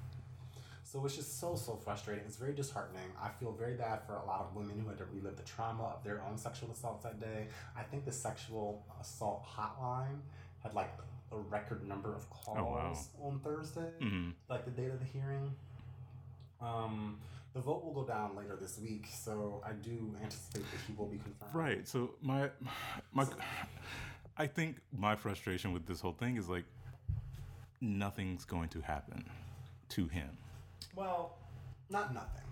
S1: So it's just so so frustrating. It's very disheartening. I feel very bad for a lot of women who had to relive the trauma of their own sexual assaults that day. I think the sexual assault hotline had like a record number of calls
S2: wow.
S1: on Thursday,
S2: Mhm.
S1: like the date of the hearing. Um, the vote will go down later this week, so I do anticipate that he will be confirmed.
S2: Right. So my my I think my frustration with this whole thing is like nothing's going to happen to him.
S1: Well, not nothing.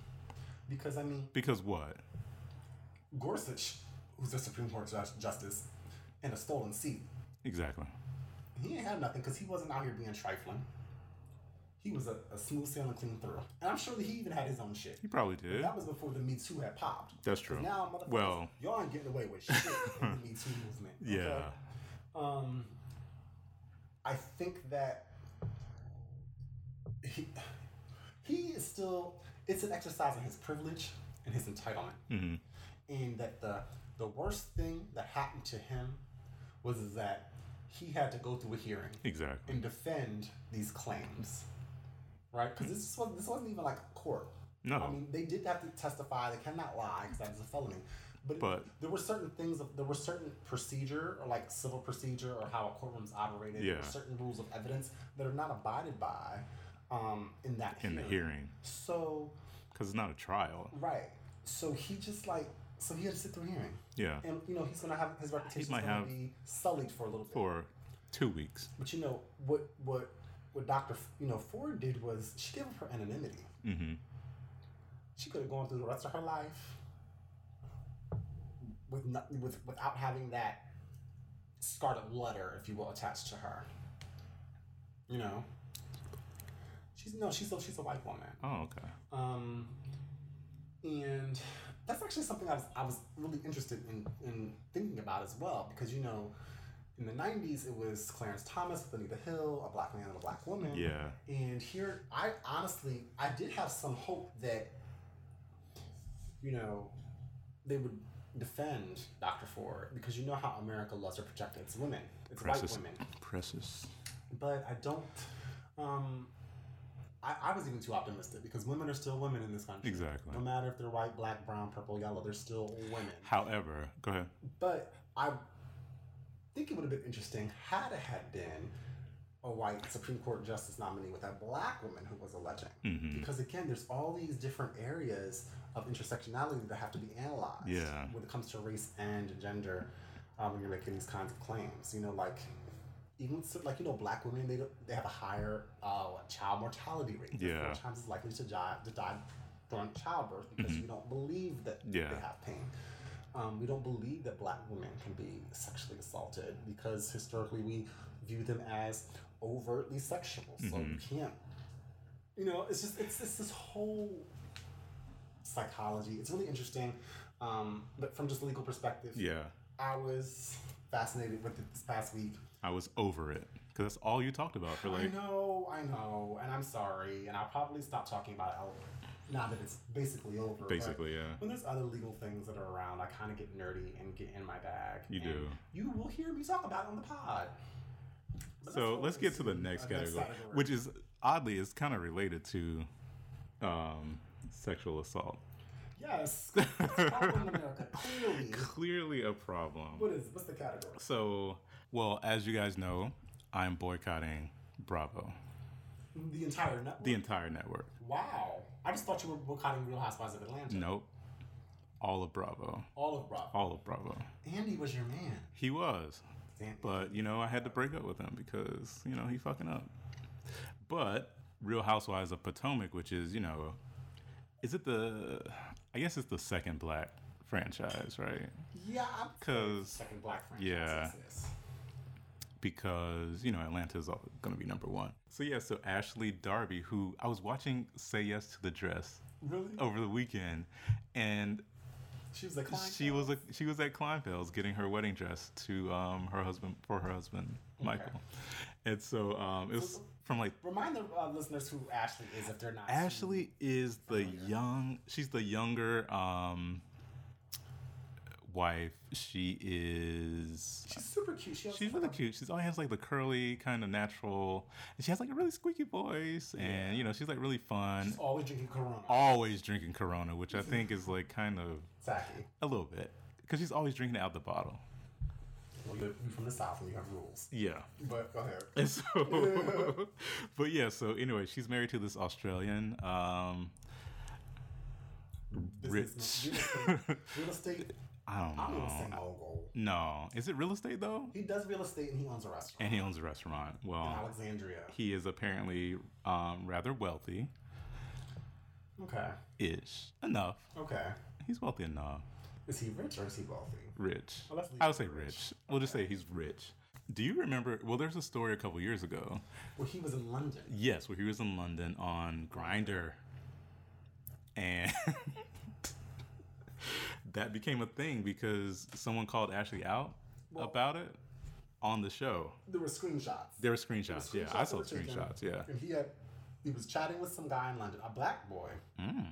S1: Because, I mean,
S2: Because what?
S1: Gorsuch, who's a Supreme Court jus- justice in a stolen seat,
S2: Exactly.
S1: he ain't had nothing because he wasn't out here being trifling. He was a, a smooth sailing clean through. And I'm sure that he even had his own shit.
S2: He probably did.
S1: That was before the Me Too had popped.
S2: That's true.
S1: Now, motherfuckers,
S2: Well-
S1: y'all ain't getting away with shit in the Me Too movement. okay?
S2: Yeah.
S1: Um, I think that he, he is still, it's an exercise in his privilege and his entitlement.
S2: Mhm.
S1: And that the, the worst thing that happened to him was is that he had to go through a hearing
S2: Exactly.
S1: and defend these claims. Right? Because this, was, this wasn't even like a court. I
S2: No.
S1: mean, they did have to testify. They cannot lie because that was a felony. But,
S2: But-
S1: there were certain things. Of, there were certain procedure, or like civil procedure, or how a courtroom's operated. There were
S2: Yeah.
S1: certain rules of evidence that are not abided by um, in that
S2: In the hearing.
S1: So
S2: Because it's not a trial.
S1: right. So he just like so he had to sit through hearing,
S2: Yeah.
S1: and you know he's gonna have his reputation's
S2: might
S1: gonna
S2: have-
S1: be sullied for a little bit.
S2: For two weeks.
S1: But you know what what what Doctor you know Ford did was she gave up her anonymity.
S2: Mm-hmm.
S1: she could have gone through the rest of her life with not, with without having that scarlet letter, if you will, attached to her. You know, she's no, she's a she's a white woman.
S2: Oh, okay.
S1: Um, and that's actually something I was I was really interested in in thinking about as well because you know. In the '90s, it was Clarence Thomas with Anita Hill, a black man and a black woman.
S2: Yeah.
S1: And here, I honestly, I did have some hope that, you know, they would defend Dr. Ford because you know how America loves to protect its women, its
S2: Precious.
S1: white women.
S2: Precious.
S1: But I don't, um, I, I was even too optimistic because women are still women in this country.
S2: Exactly.
S1: No matter if they're white, black, brown, purple, yellow, they're still women.
S2: However, go ahead.
S1: But I think it would have been interesting had it had been a white Supreme Court justice nominee with a black woman who was alleging.
S2: Mm-hmm.
S1: Because again, there's all these different areas of intersectionality that have to be analyzed
S2: Yeah.
S1: when it comes to race and gender um, when you're making these kinds of claims. You know, like even so, like you know, black women they don't- they have a higher uh, child mortality rate. They're
S2: Yeah.
S1: four times as likely to die to die during childbirth because we don't believe that
S2: Mm-hmm. Yeah.
S1: they have pain. Um, we don't believe that black women can be sexually assaulted because historically we view them as overtly sexual. So you
S2: Mm-hmm.
S1: can't, you know, it's just it's just this whole psychology. It's really interesting, um, but from just a legal perspective,
S2: Yeah.
S1: I was fascinated with it this past week.
S2: I was over it because that's all you talked about for
S1: I
S2: like.
S1: know, I know, and I'm sorry, and I'll probably stop talking about it I'll- now that it's basically over. but
S2: Basically, yeah.
S1: When there's other legal things that are around, I kind of get nerdy and get in my bag.
S2: You
S1: and
S2: do.
S1: You will hear me talk about it on the pod. But
S2: So
S1: that's
S2: let's get to the next
S1: uh,
S2: category, which is oddly is kind of related to um, sexual assault.
S1: yes, it's a problem in America, clearly.
S2: Clearly a problem.
S1: What is what's the category?
S2: So, well, as you guys know, I'm boycotting Bravo,
S1: The entire network.
S2: the entire network.
S1: wow, I just thought you were boycotting Real Housewives of Atlanta.
S2: Nope, all of Bravo,
S1: All of Rob.
S2: all of Bravo.
S1: Andy was your man.
S2: He was,
S1: Andy.
S2: but you know, I had to break up with him because you know he fucking up. But Real Housewives of Potomac, which is you know, is it the? I guess it's the second black franchise, right?
S1: yeah, I'm
S2: Because
S1: second black franchise.
S2: Yeah.
S1: success.
S2: because you know Atlanta's going to be number one. So yeah, so Ashley Darby, who I was watching Say Yes to the Dress
S1: Really?
S2: over the weekend, and
S1: She was a client.
S2: she was a, she was at Kleinfeld's getting her wedding dress to um, her husband for her husband Michael, and so um, it was from like
S1: Remind the uh, listeners who Ashley is if they're not.
S2: Ashley is the young. She's the younger um, wife. She is.
S1: She's super cute. She has
S2: She's really cute. She's always has like the curly kind of natural, and she has like a really squeaky voice, and you know she's like really fun.
S1: She's always drinking Corona.
S2: always drinking Corona, which I think is like kind of
S1: Exactly.
S2: a little bit because she's always drinking it out the bottle.
S1: Well, you're you're from the South and you have rules.
S2: Yeah.
S1: But go ahead.
S2: And so, but yeah. So anyway, she's married to this Australian. Um,
S1: Business-
S2: Rich.
S1: Real estate. Real estate.
S2: I don't know.
S1: I'm gonna say mogul.
S2: No, is it real estate though?
S1: He does real estate and he owns a restaurant
S2: And he owns a restaurant.
S1: in
S2: Well,
S1: Alexandria.
S2: he is apparently um, rather wealthy
S1: Okay.
S2: ish. Enough.
S1: Okay.
S2: He's wealthy enough.
S1: Is he rich or is he wealthy?
S2: Rich.
S1: Well, let's leave
S2: I would
S1: it
S2: say
S1: at
S2: rich.
S1: rich.
S2: We'll just say he's rich. Do you remember? Well, there's a story a couple years ago.
S1: Well, he was in London.
S2: Yes, where he was in London on Grinder, and that became a thing because someone called Ashley out about it on the show.
S1: There were screenshots.
S2: There were screenshots. Yeah,
S1: screenshots
S2: I saw
S1: that were taken.
S2: screenshots. Yeah.
S1: And he had he was chatting with some guy in London, a black boy.
S2: Mm.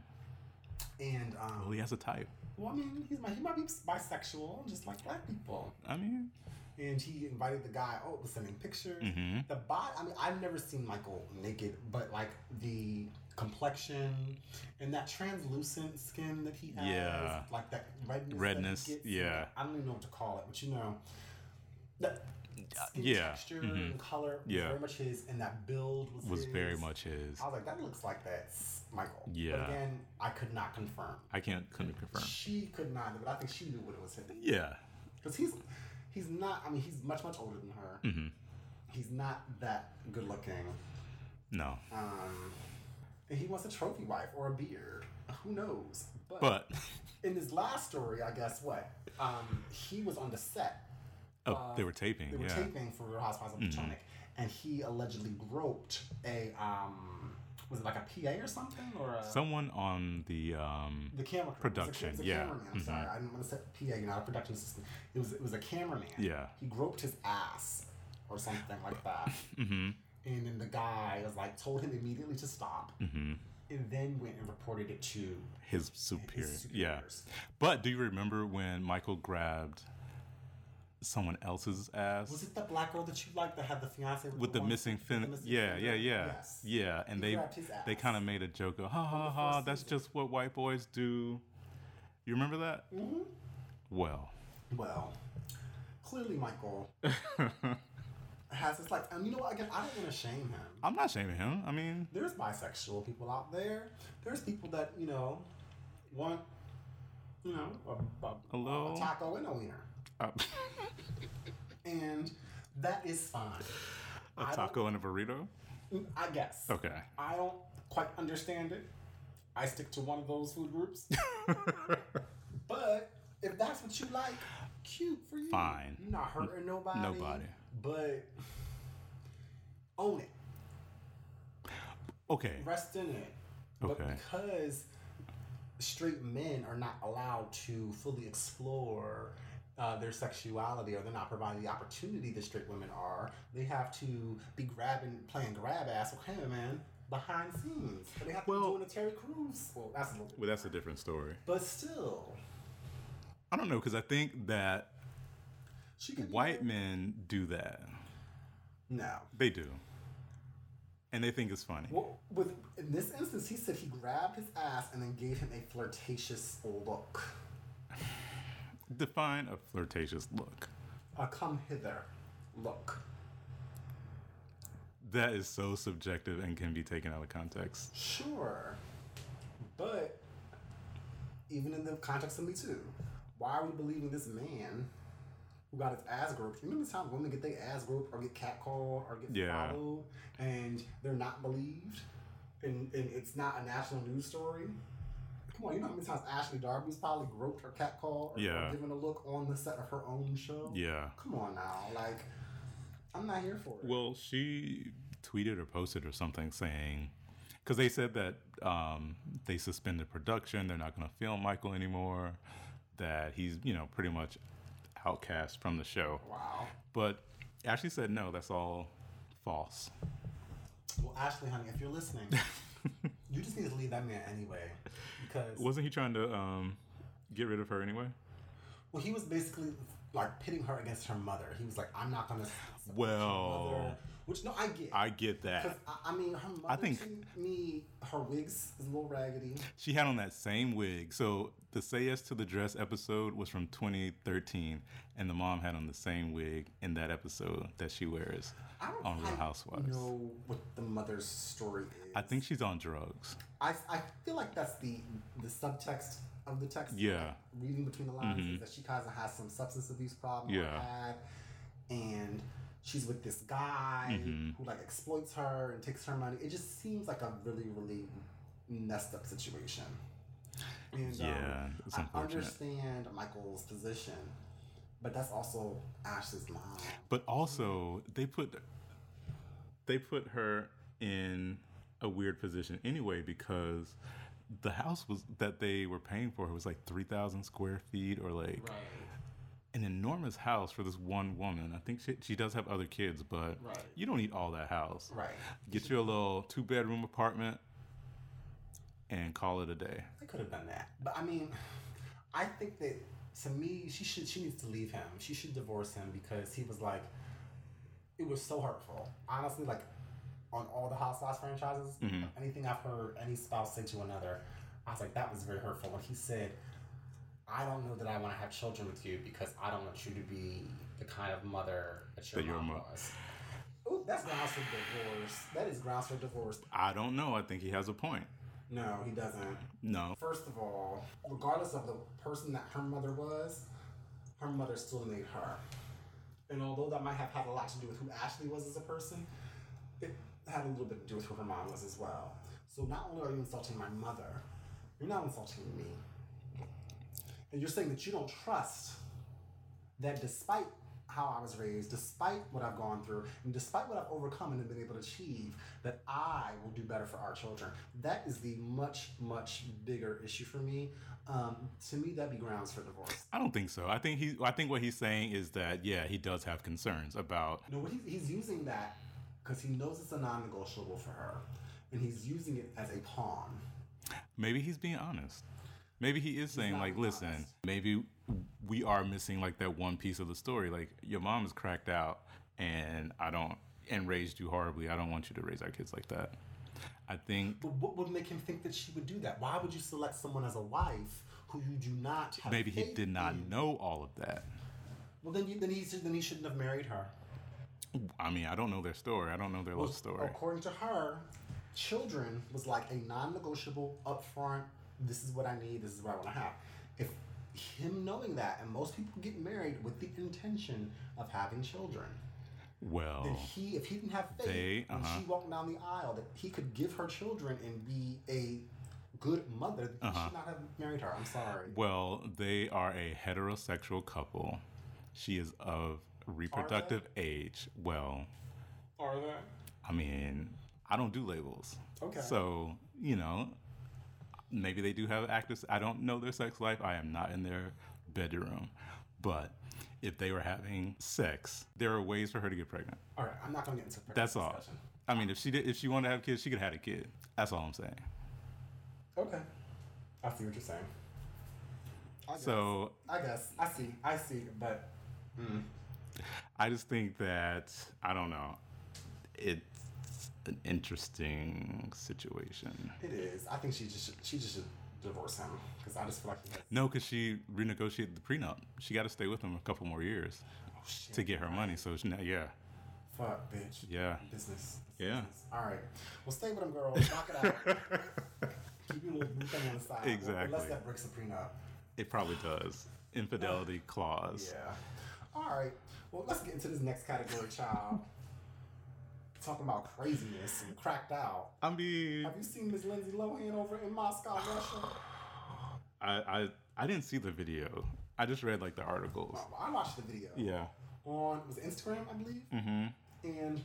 S1: And um,
S2: Well, he has a type.
S1: well, I mean, he's, he might be bisexual, just like black people.
S2: I mean,
S1: And he invited the guy. Oh, was sending pictures.
S2: Mm-hmm.
S1: The body. I mean, I've never seen Michael naked, but like the complexion and that translucent skin that he has,
S2: Yeah.
S1: like that redness. that he
S2: Redness,
S1: gets.
S2: yeah.
S1: I don't even know what to call it, but you know, that skin
S2: yeah, Mm-hmm.
S1: texture and color was
S2: Yeah.
S1: very much his, and that build was
S2: was very
S1: his.
S2: much his.
S1: I was like, that looks like that's Michael.
S2: Yeah.
S1: But again, I could not confirm.
S2: I can't couldn't confirm.
S1: She could not, but I think she knew what it was him.
S2: Yeah.
S1: Because he's he's not. I mean, he's much much older than her.
S2: Mm-hmm.
S1: He's not that good looking.
S2: No.
S1: Um, and he wants a trophy wife or a beard. Who knows? But,
S2: But
S1: in this last story, I guess what um, he was on the set.
S2: oh, they were taping.
S1: They were
S2: yeah. Mm-hmm.
S1: taping for Real Housewives of Potomac, and he allegedly groped a um, was it like a PA or something or a,
S2: Someone on the um.
S1: The camera crew. It was a-
S2: Production,
S1: it was a
S2: yeah. Mm-hmm.
S1: Cameraman. I'm sorry, I'm gonna say PA, you're not a production assistant. It was it was a cameraman.
S2: Yeah.
S1: He groped his ass or something like that,
S2: hmm
S1: and then the guy was like told him immediately to stop,
S2: hmm
S1: and then went and reported it to
S2: His superior.
S1: his
S2: Yeah.
S1: superiors.
S2: But do you remember when Michael grabbed someone else's ass
S1: Was it the black girl that you liked that had the fiance with,
S2: with the
S1: one-
S2: missing fin?
S1: missing
S2: yeah, yeah,
S1: finger?
S2: yeah,
S1: Yes.
S2: yeah. And
S1: He
S2: they
S1: grabbed his
S2: they
S1: ass.
S2: kind of made a joke of ha ha ha.
S1: first
S2: That's just what white boys do. You remember that?
S1: Mhm.
S2: Well,
S1: Well, clearly Michael has this like, and you know what? Again, I don't want to shame him.
S2: I'm not shaming him. I mean,
S1: there's bisexual people out there. There's people that you know want you know a, a,
S2: Hello?
S1: a taco and a wiener,
S2: uh,
S1: and that is fine.
S2: a taco and a burrito.
S1: I guess.
S2: Okay.
S1: I don't quite understand it. I stick to one of those food groups. but if that's what you like, cute for you.
S2: Fine.
S1: You're not hurting nobody.
S2: nobody.
S1: But own it.
S2: Okay.
S1: rest in it. But
S2: Okay.
S1: because straight men are not allowed to fully explore uh, their sexuality or they're not provided the opportunity that straight women are, they have to be grabbing, playing grab ass with him, man, behind scenes. But they have to
S2: Well-
S1: be doing a Terry Crews. Well, that's a little
S2: Well, that's a different story.
S1: But still,
S2: I don't know because I think that
S1: she can.
S2: white men do that.
S1: No.
S2: They do, and they think it's funny.
S1: Well, with in this instance, he said he grabbed his ass and then gave him a flirtatious look.
S2: Define a flirtatious look.
S1: A come hither look.
S2: That is so subjective and can be taken out of context.
S1: Sure. But even in the context of Me Too, why are we believing this man who got his ass groped? You remember the time women get their ass groped or get catcalled or get
S2: Yeah.
S1: followed and they're not believed? And, and it's not a national news story? Come on, you know how many times Ashley Darby's probably groped or catcalled or,
S2: Yeah.
S1: or given a look on the set of her own show?
S2: Yeah.
S1: Come on now. Like, I'm not here for it.
S2: Well, she tweeted or posted or something saying, because they said that um, they suspended production, they're not going to film Michael anymore, that he's, you know, pretty much outcast from the show.
S1: wow.
S2: But Ashley said, no, that's all false.
S1: Well, Ashley, honey, if you're listening, you just need to leave that man anyway. Because,
S2: Wasn't he trying to um, get rid of her anyway?
S1: well, he was basically like pitting her against her mother. He was like, I'm not going to. support your
S2: Well,
S1: mother," Which, no, I get.
S2: I get
S1: 'Cause
S2: that.
S1: I, I mean, her mother, I
S2: think-
S1: think. To me, her wigs is a little raggedy.
S2: She had on that same wig. So the Say Yes to the Dress episode was from 2013, and the mom had on the same wig in that episode that she wears
S1: I don't
S2: on Real
S1: quite
S2: Housewives.
S1: know what the mother's story is.
S2: I think she's on drugs.
S1: I, I feel like that's the the subtext of the text.
S2: Yeah.
S1: Reading between the lines
S2: Mhm.
S1: is that she kind of has some substance abuse problem.
S2: Yeah.
S1: Or had, and she's with this guy
S2: Mhm.
S1: who like exploits her and takes her money. It just seems like a really, really messed up situation. And, um,
S2: yeah, it's
S1: I
S2: unfortunate.
S1: understand Michael's position, but that's also Ash's mom.
S2: But also, they put they put her in a weird position anyway because the house was that they were paying for was like 3000 square feet or like
S3: Right.
S2: an enormous house for this one woman. I think she, she does have other kids, but
S3: Right.
S2: you don't need all that house.
S1: Right.
S2: Get you a little two bedroom apartment and call it a day.
S1: They could have done that. But I mean, I think that to me, she should she needs to leave him. She should divorce him because he was like it was so hurtful. Honestly, like on all the Housewives franchises, anything I've heard any spouse say to another, I was like, that was very hurtful. When he said, I don't know that I want to have children with you because I don't want you to be the kind of mother that your
S2: That your
S1: mom
S2: mo-
S1: was. Ooh, that's grounds for divorce. That is grounds for divorce.
S2: I don't know. I think he has a point.
S1: No, he doesn't.
S2: No.
S1: First of all, regardless of the person that her mother was, her mother still made her. And although that might have had a lot to do with who Ashley was as a person, it had a little bit to do with who her mom was as well. So not only are you insulting my mother, you're now insulting me. And you're saying that you don't trust that despite how I was raised, despite what I've gone through, and despite what I've overcome and been able to achieve, that I will do better for our children. That is the much, much bigger issue for me. Um, to me, that'd be grounds for divorce.
S2: I don't think so. I think he. I think what he's saying is that yeah, he does have concerns about.
S1: No, what he's, he's using that because he knows it's a non negotiable for her, and he's using it as a pawn.
S2: Maybe he's being honest. Maybe he is saying
S1: not
S2: like,
S1: being
S2: listen,
S1: honest.
S2: maybe we are missing like that one piece of the story. Like your mom is cracked out, and I don't and raised you horribly. I don't want you to raise our kids like that. I think
S1: But what would make him think that she would do that? Why would you select someone as a wife who you do not have
S2: maybe he
S1: faith
S2: did not
S1: in?
S2: know all of that.
S1: Well, then, you, then, he, should- then he shouldn't have married her.
S2: I mean, I don't know their story. I don't know their love story.
S1: According to her, children was like a non-negotiable upfront. This is what I need. This is what I want to have. If him knowing that, and most people get married with the intention of having children, then
S2: Well,
S1: he, if he didn't have faith
S2: Oh. They- uh-huh.
S1: when she walked down the aisle that he could give her children and be a good mother, then
S2: Uh-huh.
S1: he should not have married her. I'm sorry.
S2: well, they are a heterosexual couple. She is of reproductive age. Well,
S1: Are that?
S2: I mean, I don't do labels.
S1: Okay.
S2: So, you know, maybe they do have actors. I don't know their sex life. I am not in their bedroom. But if they were having sex, there are ways for her to get pregnant.
S1: All right. I'm not gonna get into pregnant
S2: That's all.
S1: discussion.
S2: I mean, if she did, if she wanted to have kids, she could have had a kid. That's all I'm saying.
S1: Okay. I see what you're saying. I guess.
S2: So
S1: I guess I see. I see. But
S2: Mm. I just think that I don't know. It's an interesting situation.
S1: It is. I think she just should, she just should divorce him because I just feel like he has,
S2: No, because she renegotiated the prenup. She got to stay with him a couple more years
S1: oh shit
S2: to get her money. So she, yeah,
S1: fuck bitch
S2: yeah.
S1: business
S2: Yeah.
S1: Business. all right well stay with him girl knock it out keep your little thing on the side
S2: Exactly.
S1: unless that breaks the prenup
S2: It probably does. Infidelity clause.
S1: yeah all right well let's get into this next category child talking about craziness and cracked out
S2: I mean,
S1: have you seen Miss Lindsay Lohan over in Moscow Russia
S2: I, I I didn't see the video. I just read like the articles.
S1: Well, I watched the video
S2: Yeah.
S1: on was it Instagram, I believe.
S2: Mm-hmm.
S1: And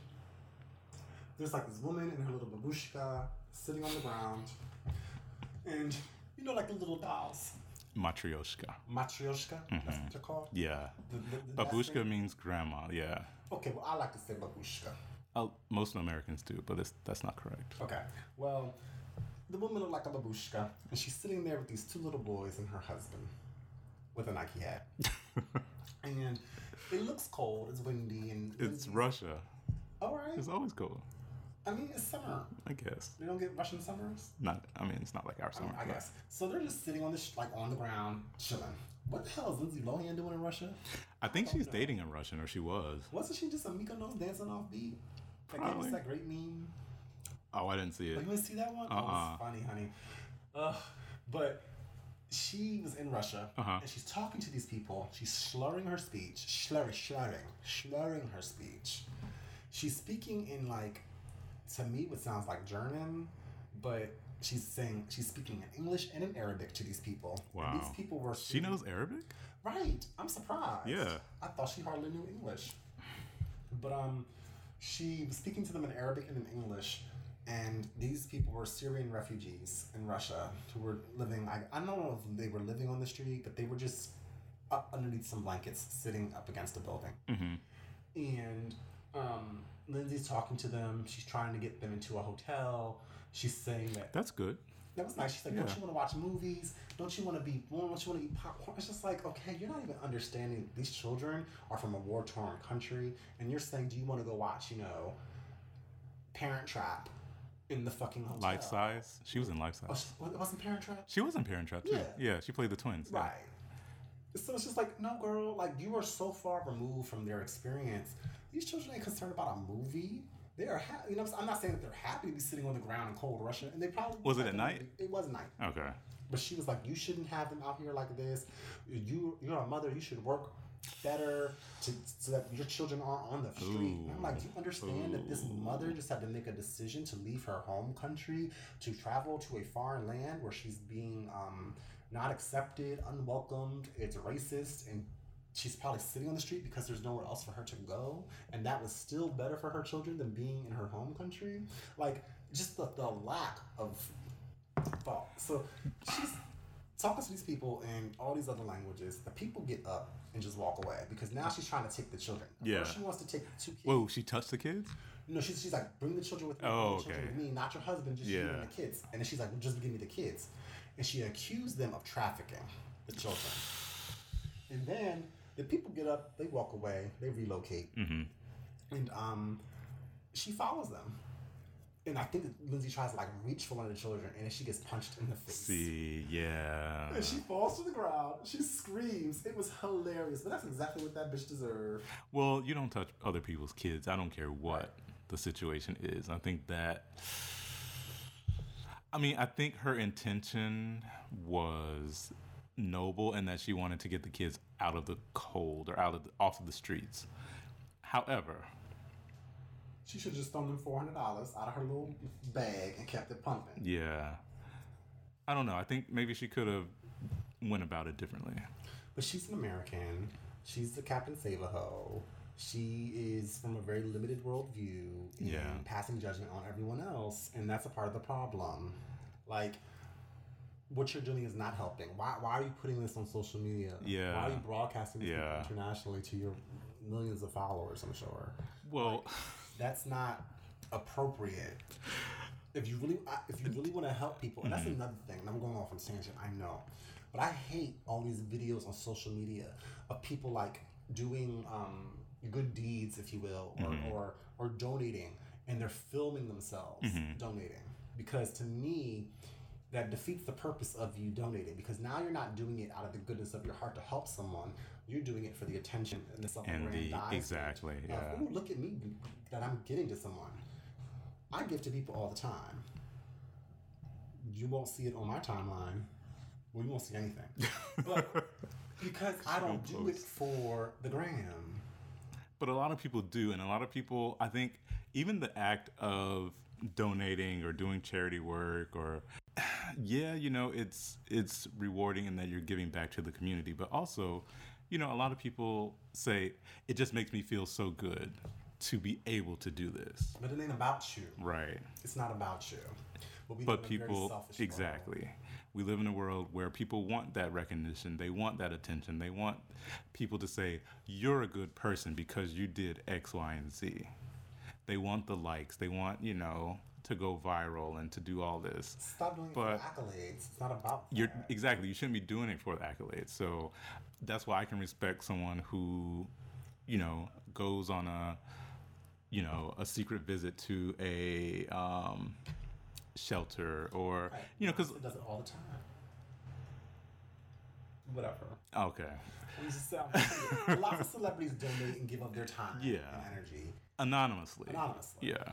S1: there's like this woman and her little babushka sitting on the ground, and you know, like the little dolls,
S2: Matryoshka.
S1: matryoshka. That's what they're called.
S2: Mm-hmm. Yeah.
S1: The- the- the-
S2: Babushka means grandma. Yeah.
S1: Okay, well, I like to say babushka.
S2: Oh, most Americans do, but that's that's not correct.
S1: Okay, well, the woman looked like a babushka, and she's sitting there with these two little boys and her husband with a Nike hat. and it looks cold. It's windy, and
S2: It's Russia.
S1: all right.
S2: It's always cool.
S1: I mean, it's summer.
S2: I guess.
S1: They don't get Russian summers.
S2: Not. I mean, it's not like our summer.
S1: Oh, I
S2: but-
S1: guess. So they're just sitting on the sh- like on the ground chilling. What the hell is Lindsay Lohan doing in Russia?
S2: I think
S1: Oh,
S2: she's dating a Russian, or she was.
S1: Wasn't she just a Mykonos dancing off beat? That gave us
S2: Probably.
S1: that great meme.
S2: Oh, I didn't
S1: Oh,
S2: see
S1: you
S2: it.
S1: want to see that one? Oh,
S2: Uh-uh.
S1: it's funny, honey. Ugh. But she was in Russia
S2: Uh-huh.
S1: and she's talking to these people. She's slurring her speech, slurring, slurring, slurring her speech. She's speaking in like, to me, what sounds like German, but she's saying she's speaking in English and in Arabic to these people. And
S2: Wow.
S1: these people were
S2: She
S1: speaking-
S2: knows Arabic?
S1: Right. I'm surprised.
S2: Yeah.
S1: I thought she hardly knew English. But um she was speaking to them in Arabic and in English and these people were Syrian refugees in Russia who were living I, I don't know if they were living on the street, but they were just up underneath some blankets sitting up against a building.
S2: Mm-hmm.
S1: And um Lindsay's talking to them, she's trying to get them into a hotel. She's saying that
S2: That's good.
S1: that was nice. She's like, don't
S2: Yeah.
S1: you want to watch movies? Don't you want to be warm? Don't you want to eat popcorn? It's just like, okay, you're not even understanding. These children are from a war torn country, and you're saying, do you want to go watch, you know, Parent Trap in the fucking hotel?
S2: Life size. She was in life
S1: Oh,
S2: size.
S1: sh- wa- wasn't Parent Trap?
S2: She was in Parent Trap too. Yeah,
S1: Yeah.
S2: she played the twins. yeah.
S1: Right. So it's just like, no, girl, like you are so far removed from their experience. These children ain't concerned about a movie. They are happy. You know, what I'm saying? I'm not saying that they're happy to be sitting on the ground in cold Russia, and they probably
S2: Was it
S1: like
S2: at
S1: the
S2: night?
S1: movie. It was at night.
S2: Okay.
S1: But she was like, "You shouldn't have them out here like this. You, you're a mother. You should work better to so that your children aren't on the street." And I'm like, "Do you understand that this mother just had to make a decision to leave her home country to travel to a foreign land where she's being um, not accepted, unwelcomed. It's racist and." She's probably sitting on the street because there's nowhere else for her to go, and that was still better for her children than being in her home country. Like, just the, the lack of fault. So she's talking to these people in all these other languages. The people get up and just walk away because now she's trying to take the children. At
S2: Yeah.
S1: first She wants to take the two kids.
S2: Whoa, she touched the kids?
S1: No, she's, she's like, bring the children with me.
S2: Oh,
S1: bring the children
S2: okay.
S1: with me, not your husband, just you
S2: Yeah.
S1: and the kids. And then she's like, well, just give me the kids. And she accused them of trafficking the children. And then the people get up, they walk away, they relocate.
S2: Mm-hmm.
S1: And um, she follows them. And I think that Lindsay tries to like reach for one of the children and then she gets punched in the face.
S2: See, yeah.
S1: And she falls to the ground. She screams. It was hilarious. But that's exactly what that bitch deserved.
S2: Well, you don't touch other people's kids. I don't care what the situation is. I think that. I mean, I think her intention was noble and that she wanted to get the kids out of the cold or out of the, off of the streets. However,
S1: She should have just thrown them four hundred dollars out of her little bag and kept it pumping.
S2: yeah, I don't know. I think maybe she could have went about it differently.
S1: But she's an American. She's the Captain Save-A-Ho. She is from a very limited worldview and
S2: Yeah.
S1: passing judgment on everyone else, and that's a part of the problem. Like, what you're doing is not helping. Why, why are you putting this on social media? Why
S2: Yeah.
S1: are you broadcasting this
S2: Yeah.
S1: internationally to your millions of followers, I'm sure?
S2: Well,
S1: that's not appropriate. If you really, I- if you really want to help people, and
S2: Mm-hmm.
S1: that's another thing. And I'm going off on a tangent. I know, but I hate all these videos on social media of people like doing um, good deeds, if you will, or
S2: Mm-hmm.
S1: or, or donating, and they're filming themselves
S2: Mm-hmm.
S1: donating because to me. That defeats the purpose of you donating because now you're not doing it out of the goodness of your heart to help someone. You're doing it for the attention and the
S2: and the
S1: self-aggrandizement
S2: exactly,
S1: of,
S2: yeah.
S1: "Ooh, look at me that I'm getting to someone. I give to people all the time. You won't see it on my timeline. Well, you won't see anything. But because I don't do it for the gram.
S2: But a lot of people do, and a lot of people, I think, even the act of donating or doing charity work, or yeah, you know, it's it's rewarding in that you're giving back to the community. But also, you know, a lot of people say it just makes me feel so good to be able to do this.
S1: But it ain't about you.
S2: Right.
S1: It's not about you. But, we
S2: But
S1: live in a very
S2: people,
S1: selfish world.
S2: exactly. We live in a world where people want that recognition. They want that attention. They want people to say, you're a good person because you did X, Y, and Z. They want the likes. They want, you know, to go viral and to do all this.
S1: Stop doing
S2: But-
S1: it for accolades. It's not about
S2: You're
S1: that.
S2: exactly. You shouldn't be doing it for the accolades. So that's why I can respect someone who, you know, goes on a, you know, a secret visit to a um, shelter or, you know, because
S1: It does it all the time. Whatever.
S2: okay,
S1: I'm just saying, Lots of celebrities donate and give up their time
S2: Yeah.
S1: and energy
S2: anonymously.
S1: anonymously.
S2: Yeah.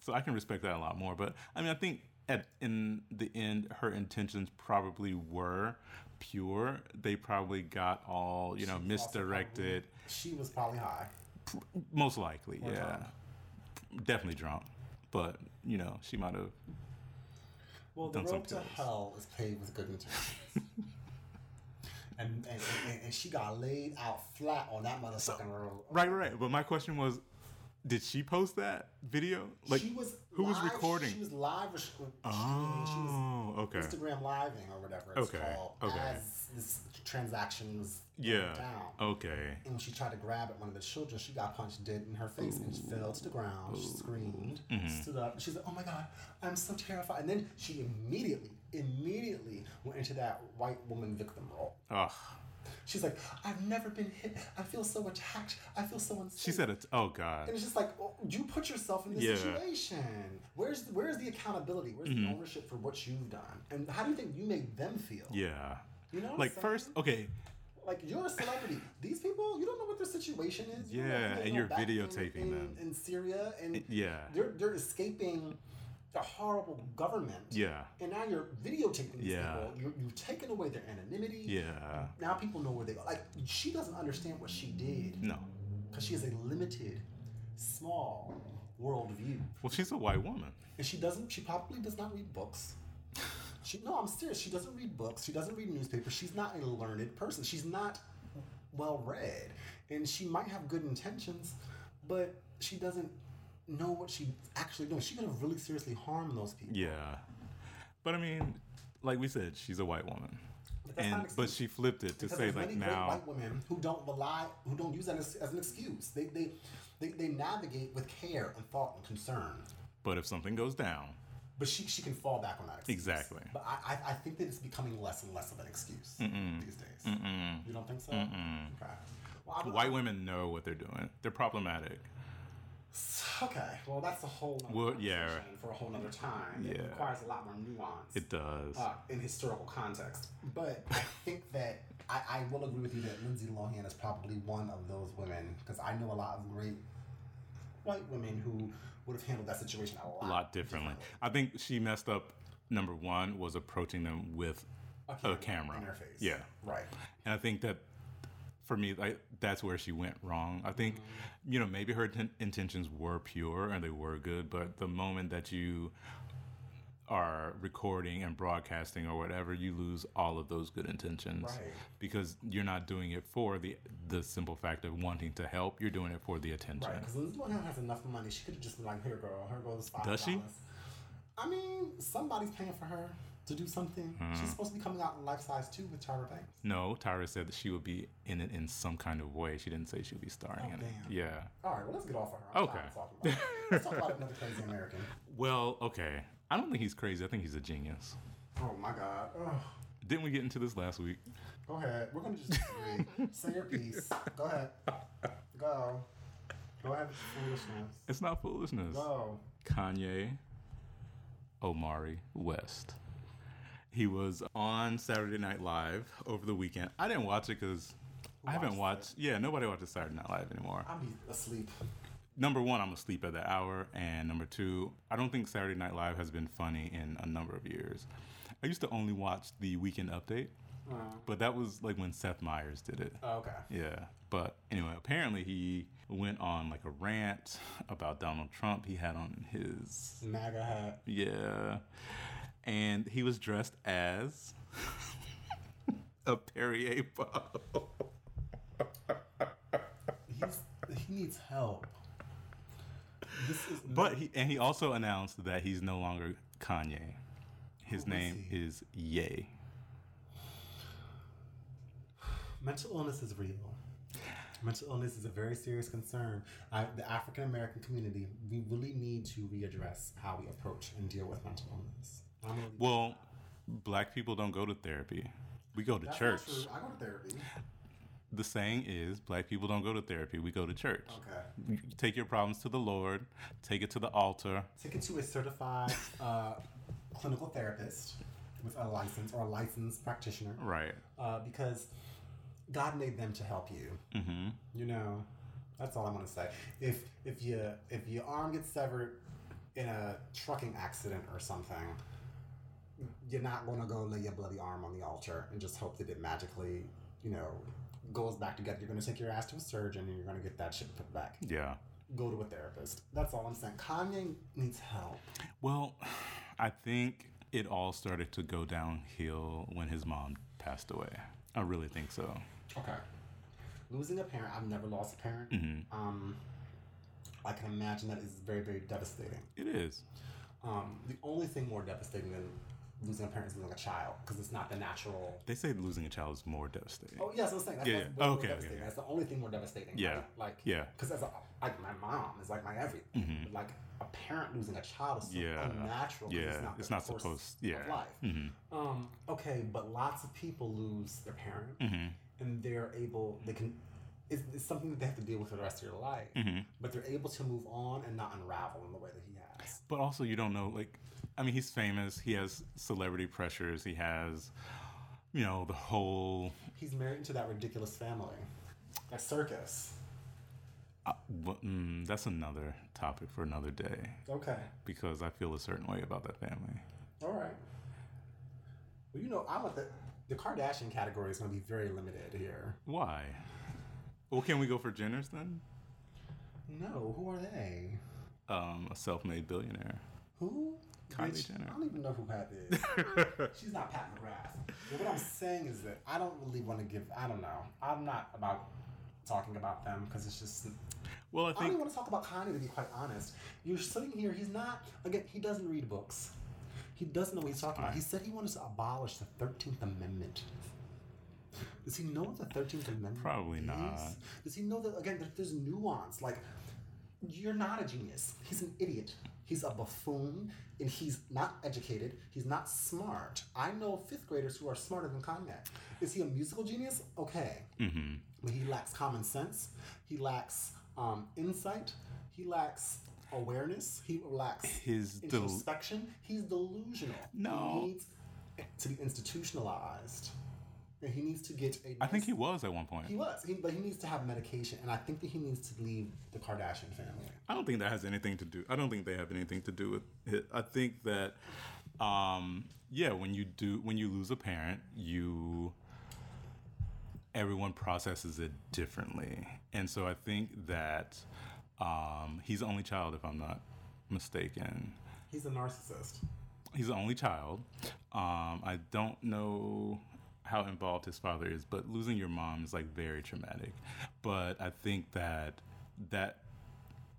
S2: So I can respect that a lot more. But I mean, I think at in the end her intentions probably were pure. They probably got all you know
S1: She's also
S2: misdirected.
S1: probably- she was probably high.
S2: Most likely,
S1: Or
S2: yeah. Definitely drunk, but you know she might have.
S1: Well, the
S2: Done some
S1: road to
S2: pills.
S1: hell is paved with good material. and, and, and and she got laid out flat on that motherfucking road.
S2: Right, right. But my question was, did she post that video? Like,
S1: she was
S2: who was
S1: live-
S2: recording?
S1: She was live or sh- streaming. She was
S2: oh, okay.
S1: Instagram living or whatever it's
S2: Okay,
S1: called
S2: okay.
S1: as this transaction was going
S2: Yeah.
S1: down.
S2: Okay.
S1: And when she tried to grab at one of the children, she got punched dead in her face and she fell to the ground. She screamed,
S2: Mm-hmm.
S1: stood up. She's like, "Oh my god, I'm so terrified!" And then she immediately, immediately went into that white woman victim role.
S2: Ugh.
S1: She's like, "I've never been hit. I feel so attacked. I feel so unsafe."
S2: She said it. Oh God.
S1: And it's just like oh, you put yourself in this
S2: Yeah. Mm-hmm.
S1: situation. Where's where's the accountability? Where's the ownership for what you've done? And how do you think you make them feel?
S2: Yeah.
S1: You know, what I'm
S2: Like
S1: saying?
S2: first, okay.
S1: like you're a celebrity. These people, you don't know what their situation is. You don't know
S2: Yeah,
S1: if they
S2: and
S1: go
S2: you're
S1: back in-
S2: videotaping
S1: in,
S2: them.
S1: in Syria, and
S2: Yeah.
S1: they're they're escaping the horrible government.
S2: Yeah.
S1: And now you're videotaping these
S2: Yeah.
S1: people. you you've taken away their anonymity.
S2: Yeah.
S1: Now people know where they go. Like she doesn't understand what she did
S2: No.
S1: because she has a limited, small worldview.
S2: Well, she's a white woman.
S1: And she doesn't. She probably does not read books. She no, I'm serious. She doesn't read books. She doesn't read newspapers. She's not a learned person. She's not well read, and she might have good intentions, but she doesn't know what she actually doing. She could have really seriously harmed those people.
S2: Yeah. But I mean, like we said, she's a white woman,
S1: But that's not
S2: and
S1: an
S2: but
S1: excuse.
S2: she flipped it to
S1: Because
S2: say
S1: there's
S2: like
S1: many great
S2: now,
S1: white women who don't rely, who don't use that as, as an excuse. They they, they they navigate with care and thought and concern.
S2: but if something goes down,
S1: But she, she can fall back on that excuse.
S2: Exactly.
S1: But I, I, I think that it's becoming less and less of an excuse these days. You don't think so? Okay. Well, I,
S2: white women know what they're doing. They're problematic.
S1: Okay. Well, that's a whole nother
S2: Well, yeah.
S1: conversation for a whole nother time. It
S2: Yeah.
S1: requires a lot more nuance
S2: It does.
S1: uh, in historical context. But I think that I, I will agree with you that Lindsay Lohan is probably one of those women because I know a lot of great white women who would have handled that situation a lot,
S2: a lot differently. I think she messed up. Number one was approaching them with,
S1: differently.
S2: A camera.
S1: in her face.
S2: Yeah.
S1: Right.
S2: and I think that for me, like that's where she went wrong. I think,
S1: Mm-hmm.
S2: you know, maybe her ten- intentions were pure and they were good, but the moment that you are recording and broadcasting or whatever, you lose all of those good intentions
S1: Right.
S2: because you're not doing it for the the simple fact of wanting to help. You're doing it for the attention.
S1: Right, because Lindsay Lohan has enough money. She could have just been like, "Here, girl. Here goes five
S2: Does she?
S1: I mean, somebody's paying for her to do something.
S2: Hmm.
S1: She's supposed to be coming out in life size too with Tyra Banks.
S2: No, Tyra said that she would be in it in some kind of way. She didn't say she would be starring in it.
S1: Oh, damn.
S2: Yeah.
S1: All right, well, let's get off of her. I'm
S2: Okay.
S1: tired of talking about her. Let's talk about another crazy American.
S2: Well, okay. I don't think he's crazy. I think he's a genius.
S1: Oh my God. Ugh.
S2: Didn't we get into this last week?
S1: Go ahead. We're gonna just disagree. say your piece. Go ahead. Go. Go ahead with your foolishness.
S2: It's not foolishness.
S1: Go.
S2: Kanye Omari West. He was on Saturday Night Live over the weekend. I didn't watch it because I haven't watched.
S1: watched
S2: Yeah, nobody watches Saturday Night Live anymore.
S1: I'll be asleep.
S2: Number one, I'm asleep at the hour, and number two, I don't think Saturday Night Live has been funny in a number of years. I used to only watch the Weekend Update, but that was like when Seth Meyers did it.
S1: Oh, Uh, okay.
S2: Yeah. But anyway, apparently he went on like a rant about Donald Trump. He had on his
S1: MAGA hat.
S2: yeah. And he was dressed as a Perrier bottle.
S1: He's, he needs help. This is
S2: But he and he also announced that he's no longer Kanye. His
S1: Who is
S2: name
S1: he?
S2: is Ye.
S1: Mental illness is real. Mental illness is a very serious concern. I, the African American community, we really need to readdress how we approach and deal with mental illness. I'm gonna-
S2: Well, black people don't go to therapy. We go to
S1: That's not
S2: church.
S1: true. I go to therapy.
S2: The saying is black people don't go to therapy, we go to church.
S1: Okay.
S2: You Take your problems to the Lord, take it to the altar.
S1: Take it to a certified uh, clinical therapist with a license or a licensed practitioner
S2: Right.
S1: uh, because God made them to help you.
S2: Mhm.
S1: You know, that's all I'm gonna say. If if you if your arm gets severed in a trucking accident or something, you're not going to go lay your bloody arm on the altar and just hope that it magically, you know, goes back together. You're going to take your ass to a surgeon and you're going to get that shit put back.
S2: Yeah.
S1: Go to a therapist. That's all I'm saying. Kanye needs help.
S2: Well, I think it all started to go downhill when his mom passed away. I really think so.
S1: Okay. Losing a parent, I've never lost a parent. Um, I can imagine that is very, very devastating.
S2: It is.
S1: Um, the only thing more devastating than losing a parent is losing a child because it's not the natural.
S2: They say losing a child is more devastating.
S1: Oh, yeah, that's what I'm saying. That's,
S2: Yeah,
S1: that's
S2: yeah.
S1: way more
S2: Okay, okay,
S1: devastating.
S2: yeah.
S1: That's the only thing more devastating.
S2: Yeah.
S1: Like, like
S2: Yeah. Mm-hmm.
S1: Because as a, like my mom is like my everything. But, like a parent losing a child is so
S2: Yeah.
S1: unnatural. 'cause
S2: Yeah, it's
S1: the
S2: not
S1: course
S2: supposed- yeah. Mm. Mm-hmm.
S1: Of life. Um, okay, but lots of people lose their parent,
S2: Mm-hmm.
S1: and they're able. They can. It's, it's something that they have to deal with for the rest of your life,
S2: Mm-hmm.
S1: but they're able to move on and not unravel in the way that he has.
S2: But also, you don't know, like, I mean, he's famous. He has celebrity pressures. He has, you know, the whole.
S1: He's married into that ridiculous family, that circus.
S2: Uh, wh- mm, that's another topic for another day
S1: Okay,
S2: because I feel a certain way about that family.
S1: all right. Well, you know, I'm at the the Kardashian category is going to be very limited here.
S2: Why? Well, can we go for Jenner's then?
S1: No, who are they?
S2: Um, a self-made billionaire.
S1: Who?
S2: Kylie
S1: Bitch,
S2: Jenner.
S1: I don't even know who that is. She's not Pat McGrath. But what I'm saying is that I don't really want to give. I don't know. I'm not about talking about them because it's just.
S2: Well, I
S1: I don't even
S2: think
S1: want to talk about Kanye to be quite honest. You're sitting here. He's not. Again, he doesn't read books. He doesn't know what he's talking about. He said he wanted to abolish the Thirteenth Amendment. Does he know what the Thirteenth Amendment?
S2: Probably
S1: is?
S2: not.
S1: Does he know that again? That there's nuance. Like, you're not a genius. He's an idiot. He's a buffoon, and he's not educated. He's not smart. I know fifth graders who are smarter than Kanye. Is he a musical genius? Okay,
S2: Mm-hmm.
S1: but he lacks common sense. He lacks um, insight. He lacks awareness. He lacks
S2: his del-
S1: introspection. He's delusional.
S2: No.
S1: he needs to be institutionalized, and he needs to get a.
S2: I think he was at one point.
S1: He was, he, but he needs to have medication, and I think that he needs to leave the Kardashian family.
S2: I don't think that has anything to do. I don't think they have anything to do with it. I think that, um, yeah, when you do, when you lose a parent, you everyone processes it differently, and so I think that um, he's the only child, if I'm not mistaken.
S1: He's a narcissist.
S2: He's the only child. Um, I don't know how involved his father is, but losing your mom is like very traumatic. But I think that that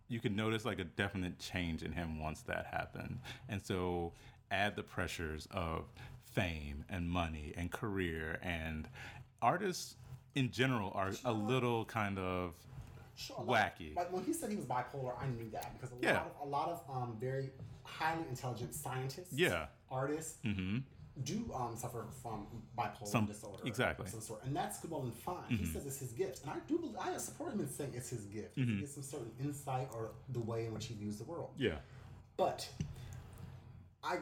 S2: you can notice like a definite change in him once that happened. And so add the pressures of fame and money and career and artists in general are a little kind of
S1: Sure, a lot-
S2: Wacky.
S1: Like when he said he was bipolar, I knew that because a
S2: Yeah.
S1: lot of, a lot of um, very highly intelligent scientists,
S2: Yeah. Mm-hmm.
S1: artists, do um, suffer from bipolar disorder,
S2: exactly. Mm-hmm.
S1: of some sort, and that's good well and fine. He says it's his gift, and I do believe, I support him in saying it's his gift. He gets some certain insight or the way in which he views the world.
S2: yeah.
S1: But I,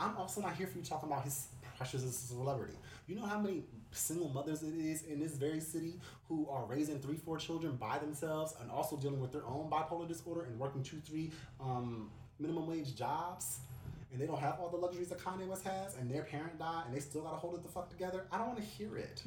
S1: I'm also not here for you talking about his pressures as a celebrity. You know how many single mothers it is in this very city who are raising three, four children by themselves and also dealing with their own bipolar disorder and working two, three um, minimum wage jobs. And they don't have all the luxuries that Kanye West has, and their parent died, and they still gotta hold it the fuck together. I don't want to hear it.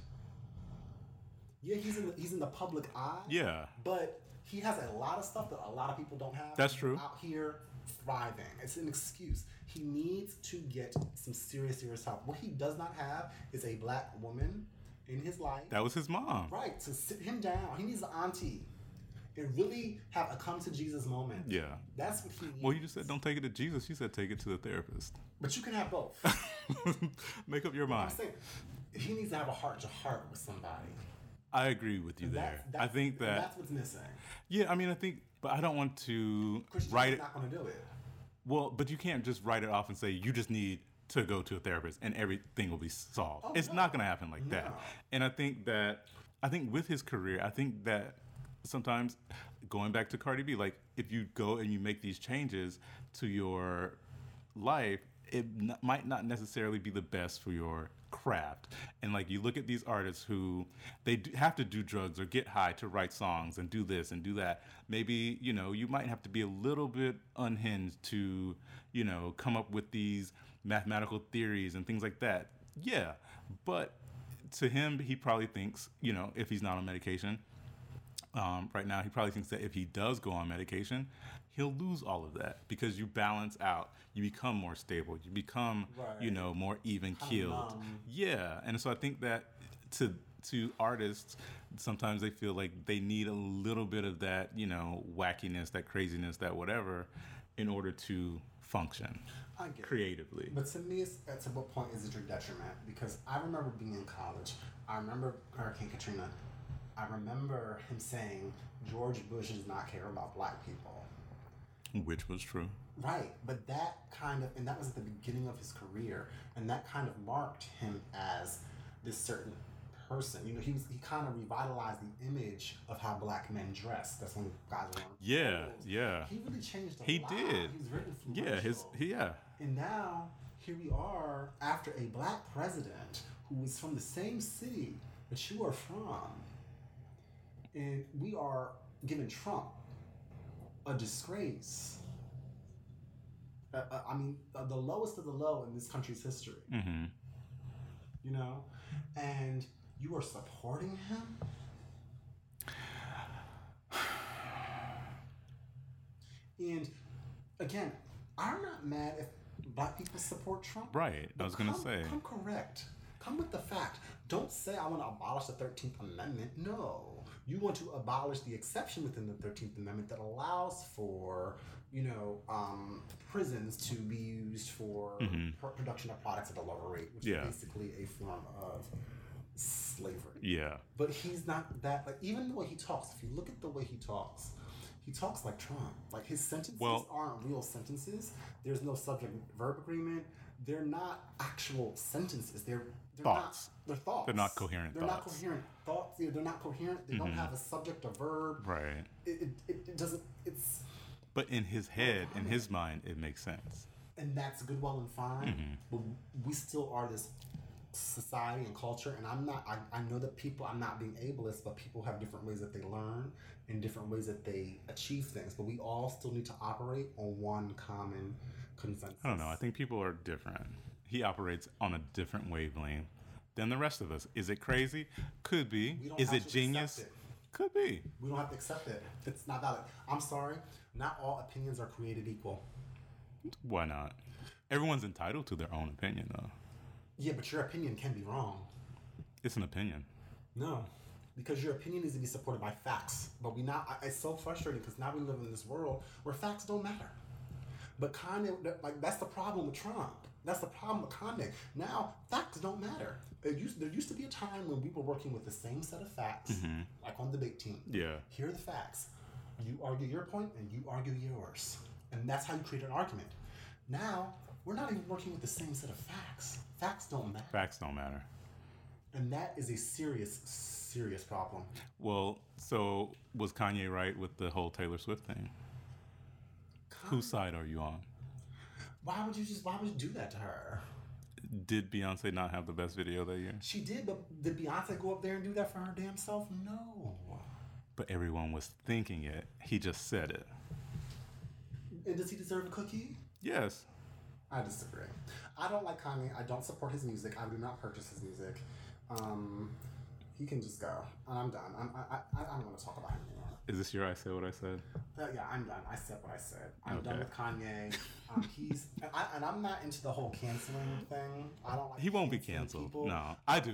S1: Yeah, he's in the, he's in the public eye.
S2: Yeah.
S1: But he has a lot of stuff that a lot of people don't have.
S2: That's true.
S1: Out here thriving. It's an excuse. He needs to get some serious, serious help. What he does not have is a black woman in his life.
S2: That was his mom.
S1: right. To sit him down. He needs an auntie. And really have a come to Jesus moment.
S2: Yeah.
S1: That's what he needs.
S2: Well, you just said don't take it to Jesus. You said take it to the therapist.
S1: but you can have both.
S2: Make up your
S1: I'm
S2: mind.
S1: saying he needs to have a heart to heart with somebody.
S2: I agree with you there.
S1: That's, that's,
S2: I think that
S1: that's what's missing.
S2: yeah, I mean I think but I don't want to
S1: Christian's
S2: write it
S1: not going to do it.
S2: well, but you can't just write it off and say you just need to go to a therapist and everything will be
S1: Oh,
S2: solved. it's not going to happen like that. And I think that I think with his career, I think that sometimes going back to Cardi B like if you go and you make these changes to your life, it n- might not necessarily be the best for your craft. And like you look at these artists who they d have to do drugs or get high to write songs and do this and do that. Maybe you know you might have to be a little bit unhinged to you know come up with these mathematical theories and things like that. Yeah, but to him, he probably thinks, you know, if he's not on medication, um, right now, he probably thinks that if he does go on medication, he'll lose all of that because you balance out, you become more stable, you become,
S1: Right.
S2: you know, more even keeled.
S1: numb.
S2: Yeah, and so I think that to to artists, sometimes they feel like they need a little bit of that, you know, wackiness, that craziness, that whatever, in order to function
S1: I get it.
S2: creatively.
S1: But to me, it's, at to what point is it your detriment? Because I remember being in college. I remember Hurricane Katrina. I remember him saying George Bush does not care about black people.
S2: Which was true.
S1: Right, but that kind of, and that was at the beginning of his career, and that kind of marked him as this certain person. You know, he was he kind of revitalized the image of how black men dress. That's when guys were. on
S2: Yeah,
S1: clothes.
S2: yeah,
S1: He really changed. A
S2: He
S1: lot.
S2: did.
S1: He was very influential.
S2: yeah. His yeah.
S1: And now here we are after a black president who was from the same city that you are from. And we are giving Trump a disgrace. Uh, uh, I mean, uh, the lowest of the low in this country's history,
S2: Mm-hmm.
S1: you know? And you are supporting him? And again, I'm not mad if black people support Trump.
S2: Right. I
S1: But
S2: was gonna
S1: come-
S2: say.
S1: Come correct. Come with the fact. Don't say I want to abolish the 13th Amendment. No. You want to abolish the exception within the 13th Amendment that allows for, you know, um, prisons to be used for
S2: Mhm.
S1: pr- production of products at a lower rate, which
S2: Yeah.
S1: is basically a form of slavery
S2: Yeah.
S1: but he's not that like even the way he talks if you look at the way he talks he talks like trump like his sentences
S2: Well-
S1: aren't real sentences there's no subject verb agreement they're not actual sentences they're, they're
S2: Thoughts.
S1: not, they're thoughts
S2: They're not coherent
S1: they're not
S2: thoughts. Mm-hmm.
S1: coherent thoughts yeah, they're not coherent they don't have a subject or verb
S2: Right.
S1: it, it, it, it doesn't it's
S2: But in his head, in his mind, it makes sense.
S1: and that's good, well, and fine.
S2: Mm-hmm.
S1: But we still are this society and culture, and I'm not. I, I know that people. I'm not being ableist, but people have different ways that they learn and different ways that they achieve things. But we all still need to operate on one common consensus.
S2: I don't know. I think people are different. He operates on a different wavelength than the rest of us. Is it crazy? Could be.
S1: We don't
S2: Is
S1: have
S2: it
S1: to accept
S2: genius?
S1: it.
S2: Could be.
S1: We don't have to accept it. It's not valid. I'm sorry. Not all opinions are created equal.
S2: Why not? Everyone's entitled to their own opinion, though.
S1: Yeah, but your opinion can be wrong.
S2: It's an opinion.
S1: No, because your opinion needs to be supported by facts. But we not. I- It's so frustrating because now we live in this world where facts don't matter. But Kanye, like that's the problem with Trump. That's the problem with Kanye. Now facts don't matter. It used, there used to be a time when we were working with the same set of facts, like on the debate team.
S2: Yeah.
S1: Here are the facts. You argue your point, and you argue yours, and that's how you create an argument. Now we're not even working with the same set of facts. Facts don't matter.
S2: Facts don't matter.
S1: And that is a serious, serious problem.
S2: Well, so was Kanye right with the whole Taylor Swift thing? Whose side are you on?
S1: Why would you just? Why would you do that to her?
S2: Did Beyonce not have the best video that year?
S1: She did, but did Beyonce go up there and do that for her damn self? No.
S2: But everyone was thinking it. He just said it.
S1: And does he deserve a cookie?
S2: Yes.
S1: I disagree. I don't like Kanye. I don't support his music. I do not purchase his music. Um, he can just go. I'm done. I'm, I, I, I don't want to talk about him anymore.
S2: Is this your I said what I said?
S1: Uh, yeah, I'm done. I said what I said. I'm done
S2: Okay.
S1: with Kanye. Um, he's and, I, and I'm not into the whole canceling thing. I don't like.
S2: He won't be
S1: canceling
S2: canceled.
S1: people.
S2: No, I do.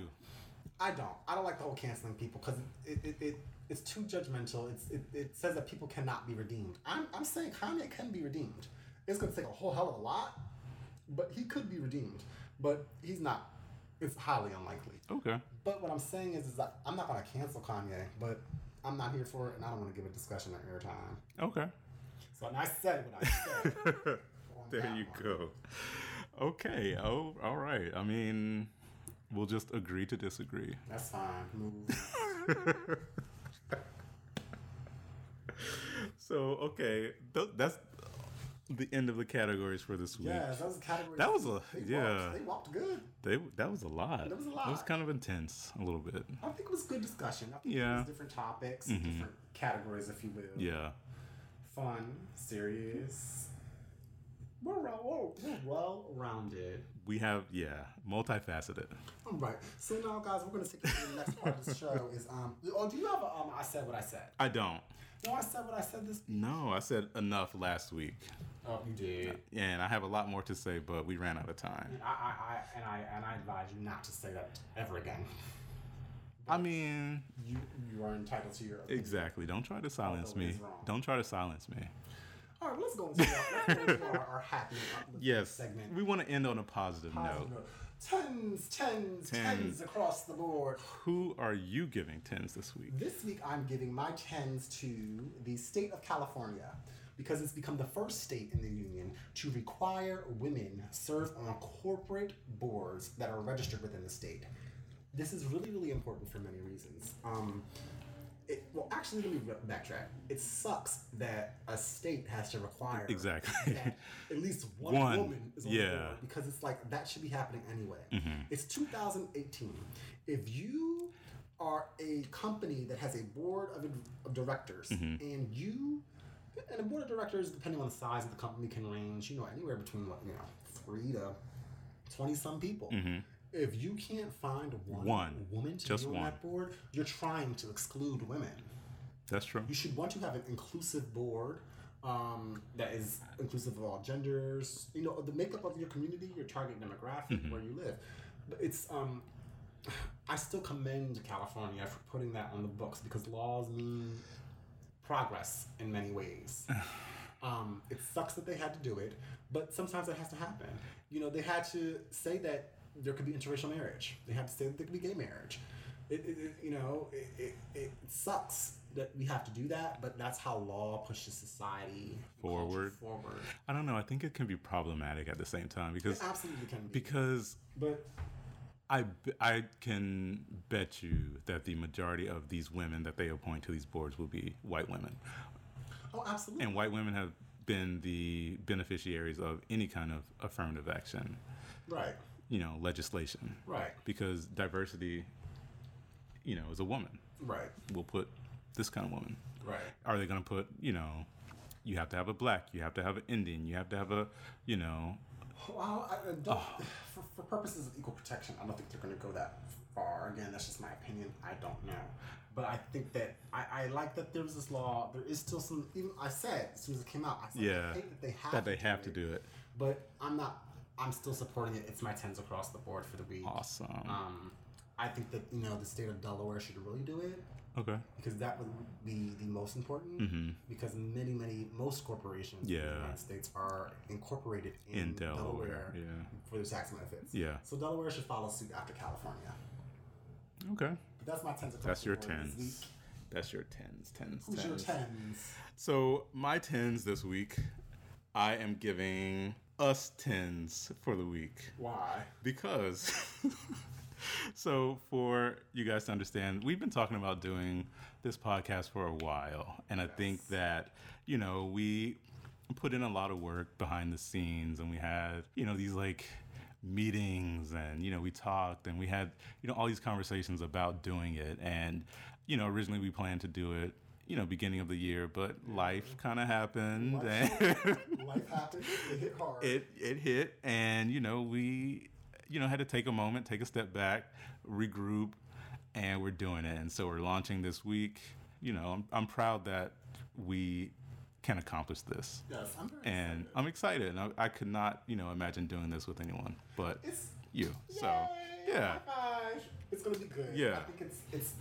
S1: I don't. I don't like the whole canceling people because it, it, it, it's too judgmental. It's, it, it says that people cannot be redeemed. I'm, I'm saying Kanye can be redeemed. It's going to take a whole hell of a lot, but he could be redeemed. But he's not. It's highly unlikely.
S2: Okay.
S1: But what I'm saying is, is that I'm not going to cancel Kanye, but I'm not here for it, and I don't want to give a discussion or airtime.
S2: Okay.
S1: So and I said what I said. on
S2: There
S1: that
S2: you
S1: one.
S2: go. Okay. Oh, all right. I mean, we'll just agree to disagree.
S1: That's fine. Move.
S2: So, okay. Th- that's the end of the categories for this week.
S1: yeah, that was a category.
S2: That was a-
S1: they walked-
S2: yeah.
S1: they walked good.
S2: They, that was a lot.
S1: That was a
S2: It was
S1: lot.
S2: kind of intense, a little bit.
S1: I think it was good discussion. I think
S2: Yeah. Mm-hmm.
S1: it was different topics, different categories, if you will.
S2: Yeah.
S1: Fun, serious, We're well, we're well rounded.
S2: We have yeah, multifaceted.
S1: All right. So now, guys, we're gonna take it to the next part of the show. Is um, oh, do you have a um? I said what I said.
S2: I don't.
S1: No, I said what I said this.
S2: No, I said enough last week,
S1: Oh, you did.
S2: and I have a lot more to say, but we ran out of time.
S1: I, I, I, and I, and I advise you not to say that ever again.
S2: I mean,
S1: You, you are entitled to your. Opinion.
S2: exactly. Don't try to silence me.
S1: Always wrong.
S2: Don't try to silence me.
S1: All right, let's go into our, let's go into our, our happy uplifting
S2: Yes,
S1: segment.
S2: we want to end on a positive
S1: Positive
S2: note.
S1: note. Tens, tens,
S2: Tens.
S1: tens across the board.
S2: Who are you giving tens this week?
S1: This week, I'm giving my tens to the state of California because it's become the first state in the union to require women serve on corporate boards that are registered within the state. This is really, really important for many reasons. Um, it, well, actually, let me re- backtrack. It sucks that a state has to require
S2: Exactly.
S1: that at least one,
S2: One,
S1: woman is on the
S2: yeah. Mm-hmm.
S1: board because it's like that should be happening anyway. It's 2018. If you are a company that has a board of, of directors
S2: Mm-hmm.
S1: and you and a board of directors, depending on the size of the company, can range you know anywhere between what you know three to twenty some people. If you can't find one,
S2: Mm-hmm. One.
S1: woman to
S2: Just
S1: be on
S2: one.
S1: that board, you're trying to exclude women
S2: That's true.
S1: you should want to have an inclusive board um, that is inclusive of all genders. You know, the makeup of your community, your target demographic, where you live. But it's um, I still commend California for putting that on the books because laws mean progress in many ways. Um, it sucks that they had to do it, but sometimes it has to happen. You know, they had to say that there could be interracial marriage. They had to say that there could be gay marriage. It, it, it- you know, it, it, it sucks that we have to do that, but that's how law pushes society culture
S2: Forward.
S1: Forward.
S2: I don't know. I think it can be problematic at the same time because
S1: It absolutely can be.
S2: because
S1: But
S2: I, b- I can bet you that the majority of these women that they appoint to these boards will be white women.
S1: oh, absolutely.
S2: And white women have been the beneficiaries of any kind of affirmative action,
S1: right.
S2: you know, legislation.
S1: Right.
S2: Because diversity, you know, is a woman.
S1: Right.
S2: We'll put this kind of woman.
S1: Right.
S2: Are they going to put, you know, you have to have a black, you have to have an Indian, you have to have a, you know,
S1: Well, I, I don't,
S2: Oh.
S1: for, for purposes of equal protection, I don't think they're going to go that far. Again, that's just my opinion. I don't know. But I think that I, I like that there's this law. There is still some, even I said as soon as it came out, I said
S2: Yeah.
S1: I hate that they have,
S2: that they have to
S1: it.
S2: do it.
S1: But I'm not, I'm still supporting it. It's my 10s across the board for the week.
S2: Awesome.
S1: Um, I think that, you know, the state of Delaware should really do it
S2: Okay.
S1: because that would be the most important. Because many, many, most corporations in
S2: Mm-hmm. Yeah.
S1: the United States are incorporated in,
S2: In
S1: Delaware,
S2: Delaware. Yeah.
S1: for their tax benefits.
S2: Yeah.
S1: So Delaware should follow suit after California.
S2: Okay.
S1: But that's my tens. across
S2: That's
S1: the
S2: your
S1: board this
S2: tens.
S1: week.
S2: That's your tens, tens,
S1: Who's your
S2: tens.
S1: tens?
S2: So my tens this week, I am giving us tens for the week
S1: Why?
S2: because. so for you guys to understand, we've been talking about doing this podcast for a while, and I think that you know we put in a lot of work behind the scenes, and we had you know these like meetings and you know we talked and we had you know all these conversations about doing it and you know originally we planned to do it you know beginning of the year but life kind of happened and
S1: Life happens. It hit hard.
S2: it it hit and you know we you know had to take a moment take a step back regroup and we're doing it and so we're launching this week you know i'm, I'm proud that we can accomplish this
S1: yes, I'm very
S2: and i'm excited and I, I could not you know imagine doing this with anyone but
S1: It's
S2: you so
S1: Yay!
S2: yeah
S1: High five. It's gonna be good.
S2: Yeah.
S1: I think it's it's.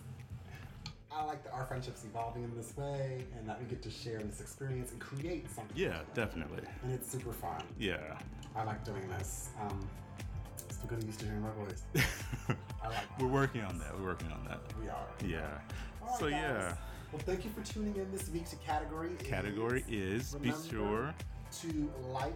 S1: I like that our friendship's evolving in this way, and that we get to share this experience and create something.
S2: yeah
S1: together.
S2: definitely
S1: And it's super fun.
S2: yeah
S1: I like doing this. Um, still getting used to hearing my voice. I like.
S2: we're working on that we're working on that
S1: We are.
S2: yeah
S1: All right,
S2: so
S1: guys.
S2: yeah
S1: Well, thank you for tuning in this week to category. Is.
S2: category is be
S1: Remember
S2: sure
S1: to like.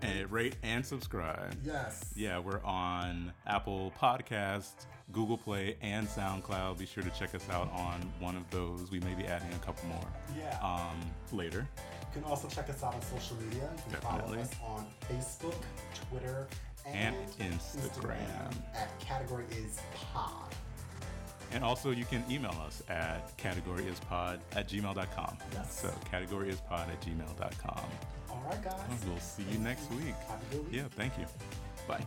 S2: and rate and subscribe
S1: Yes.
S2: Yeah, we're on Apple Podcasts, Google Play, and SoundCloud. Be sure to check us out on one of those. We may be adding a couple more
S1: Yeah.
S2: um, later.
S1: you can also check us out on social media. You can
S2: Definitely.
S1: follow us on Facebook, Twitter,
S2: And
S1: and,
S2: Instagram.
S1: Instagram at category is pod.
S2: And also, you can email us at categoryispod at gmail.com.
S1: Yes.
S2: So, categoryispod at gmail.com.
S1: All right, guys.
S2: We'll see you next week.
S1: Have a good week.
S2: Yeah, thank you. Bye.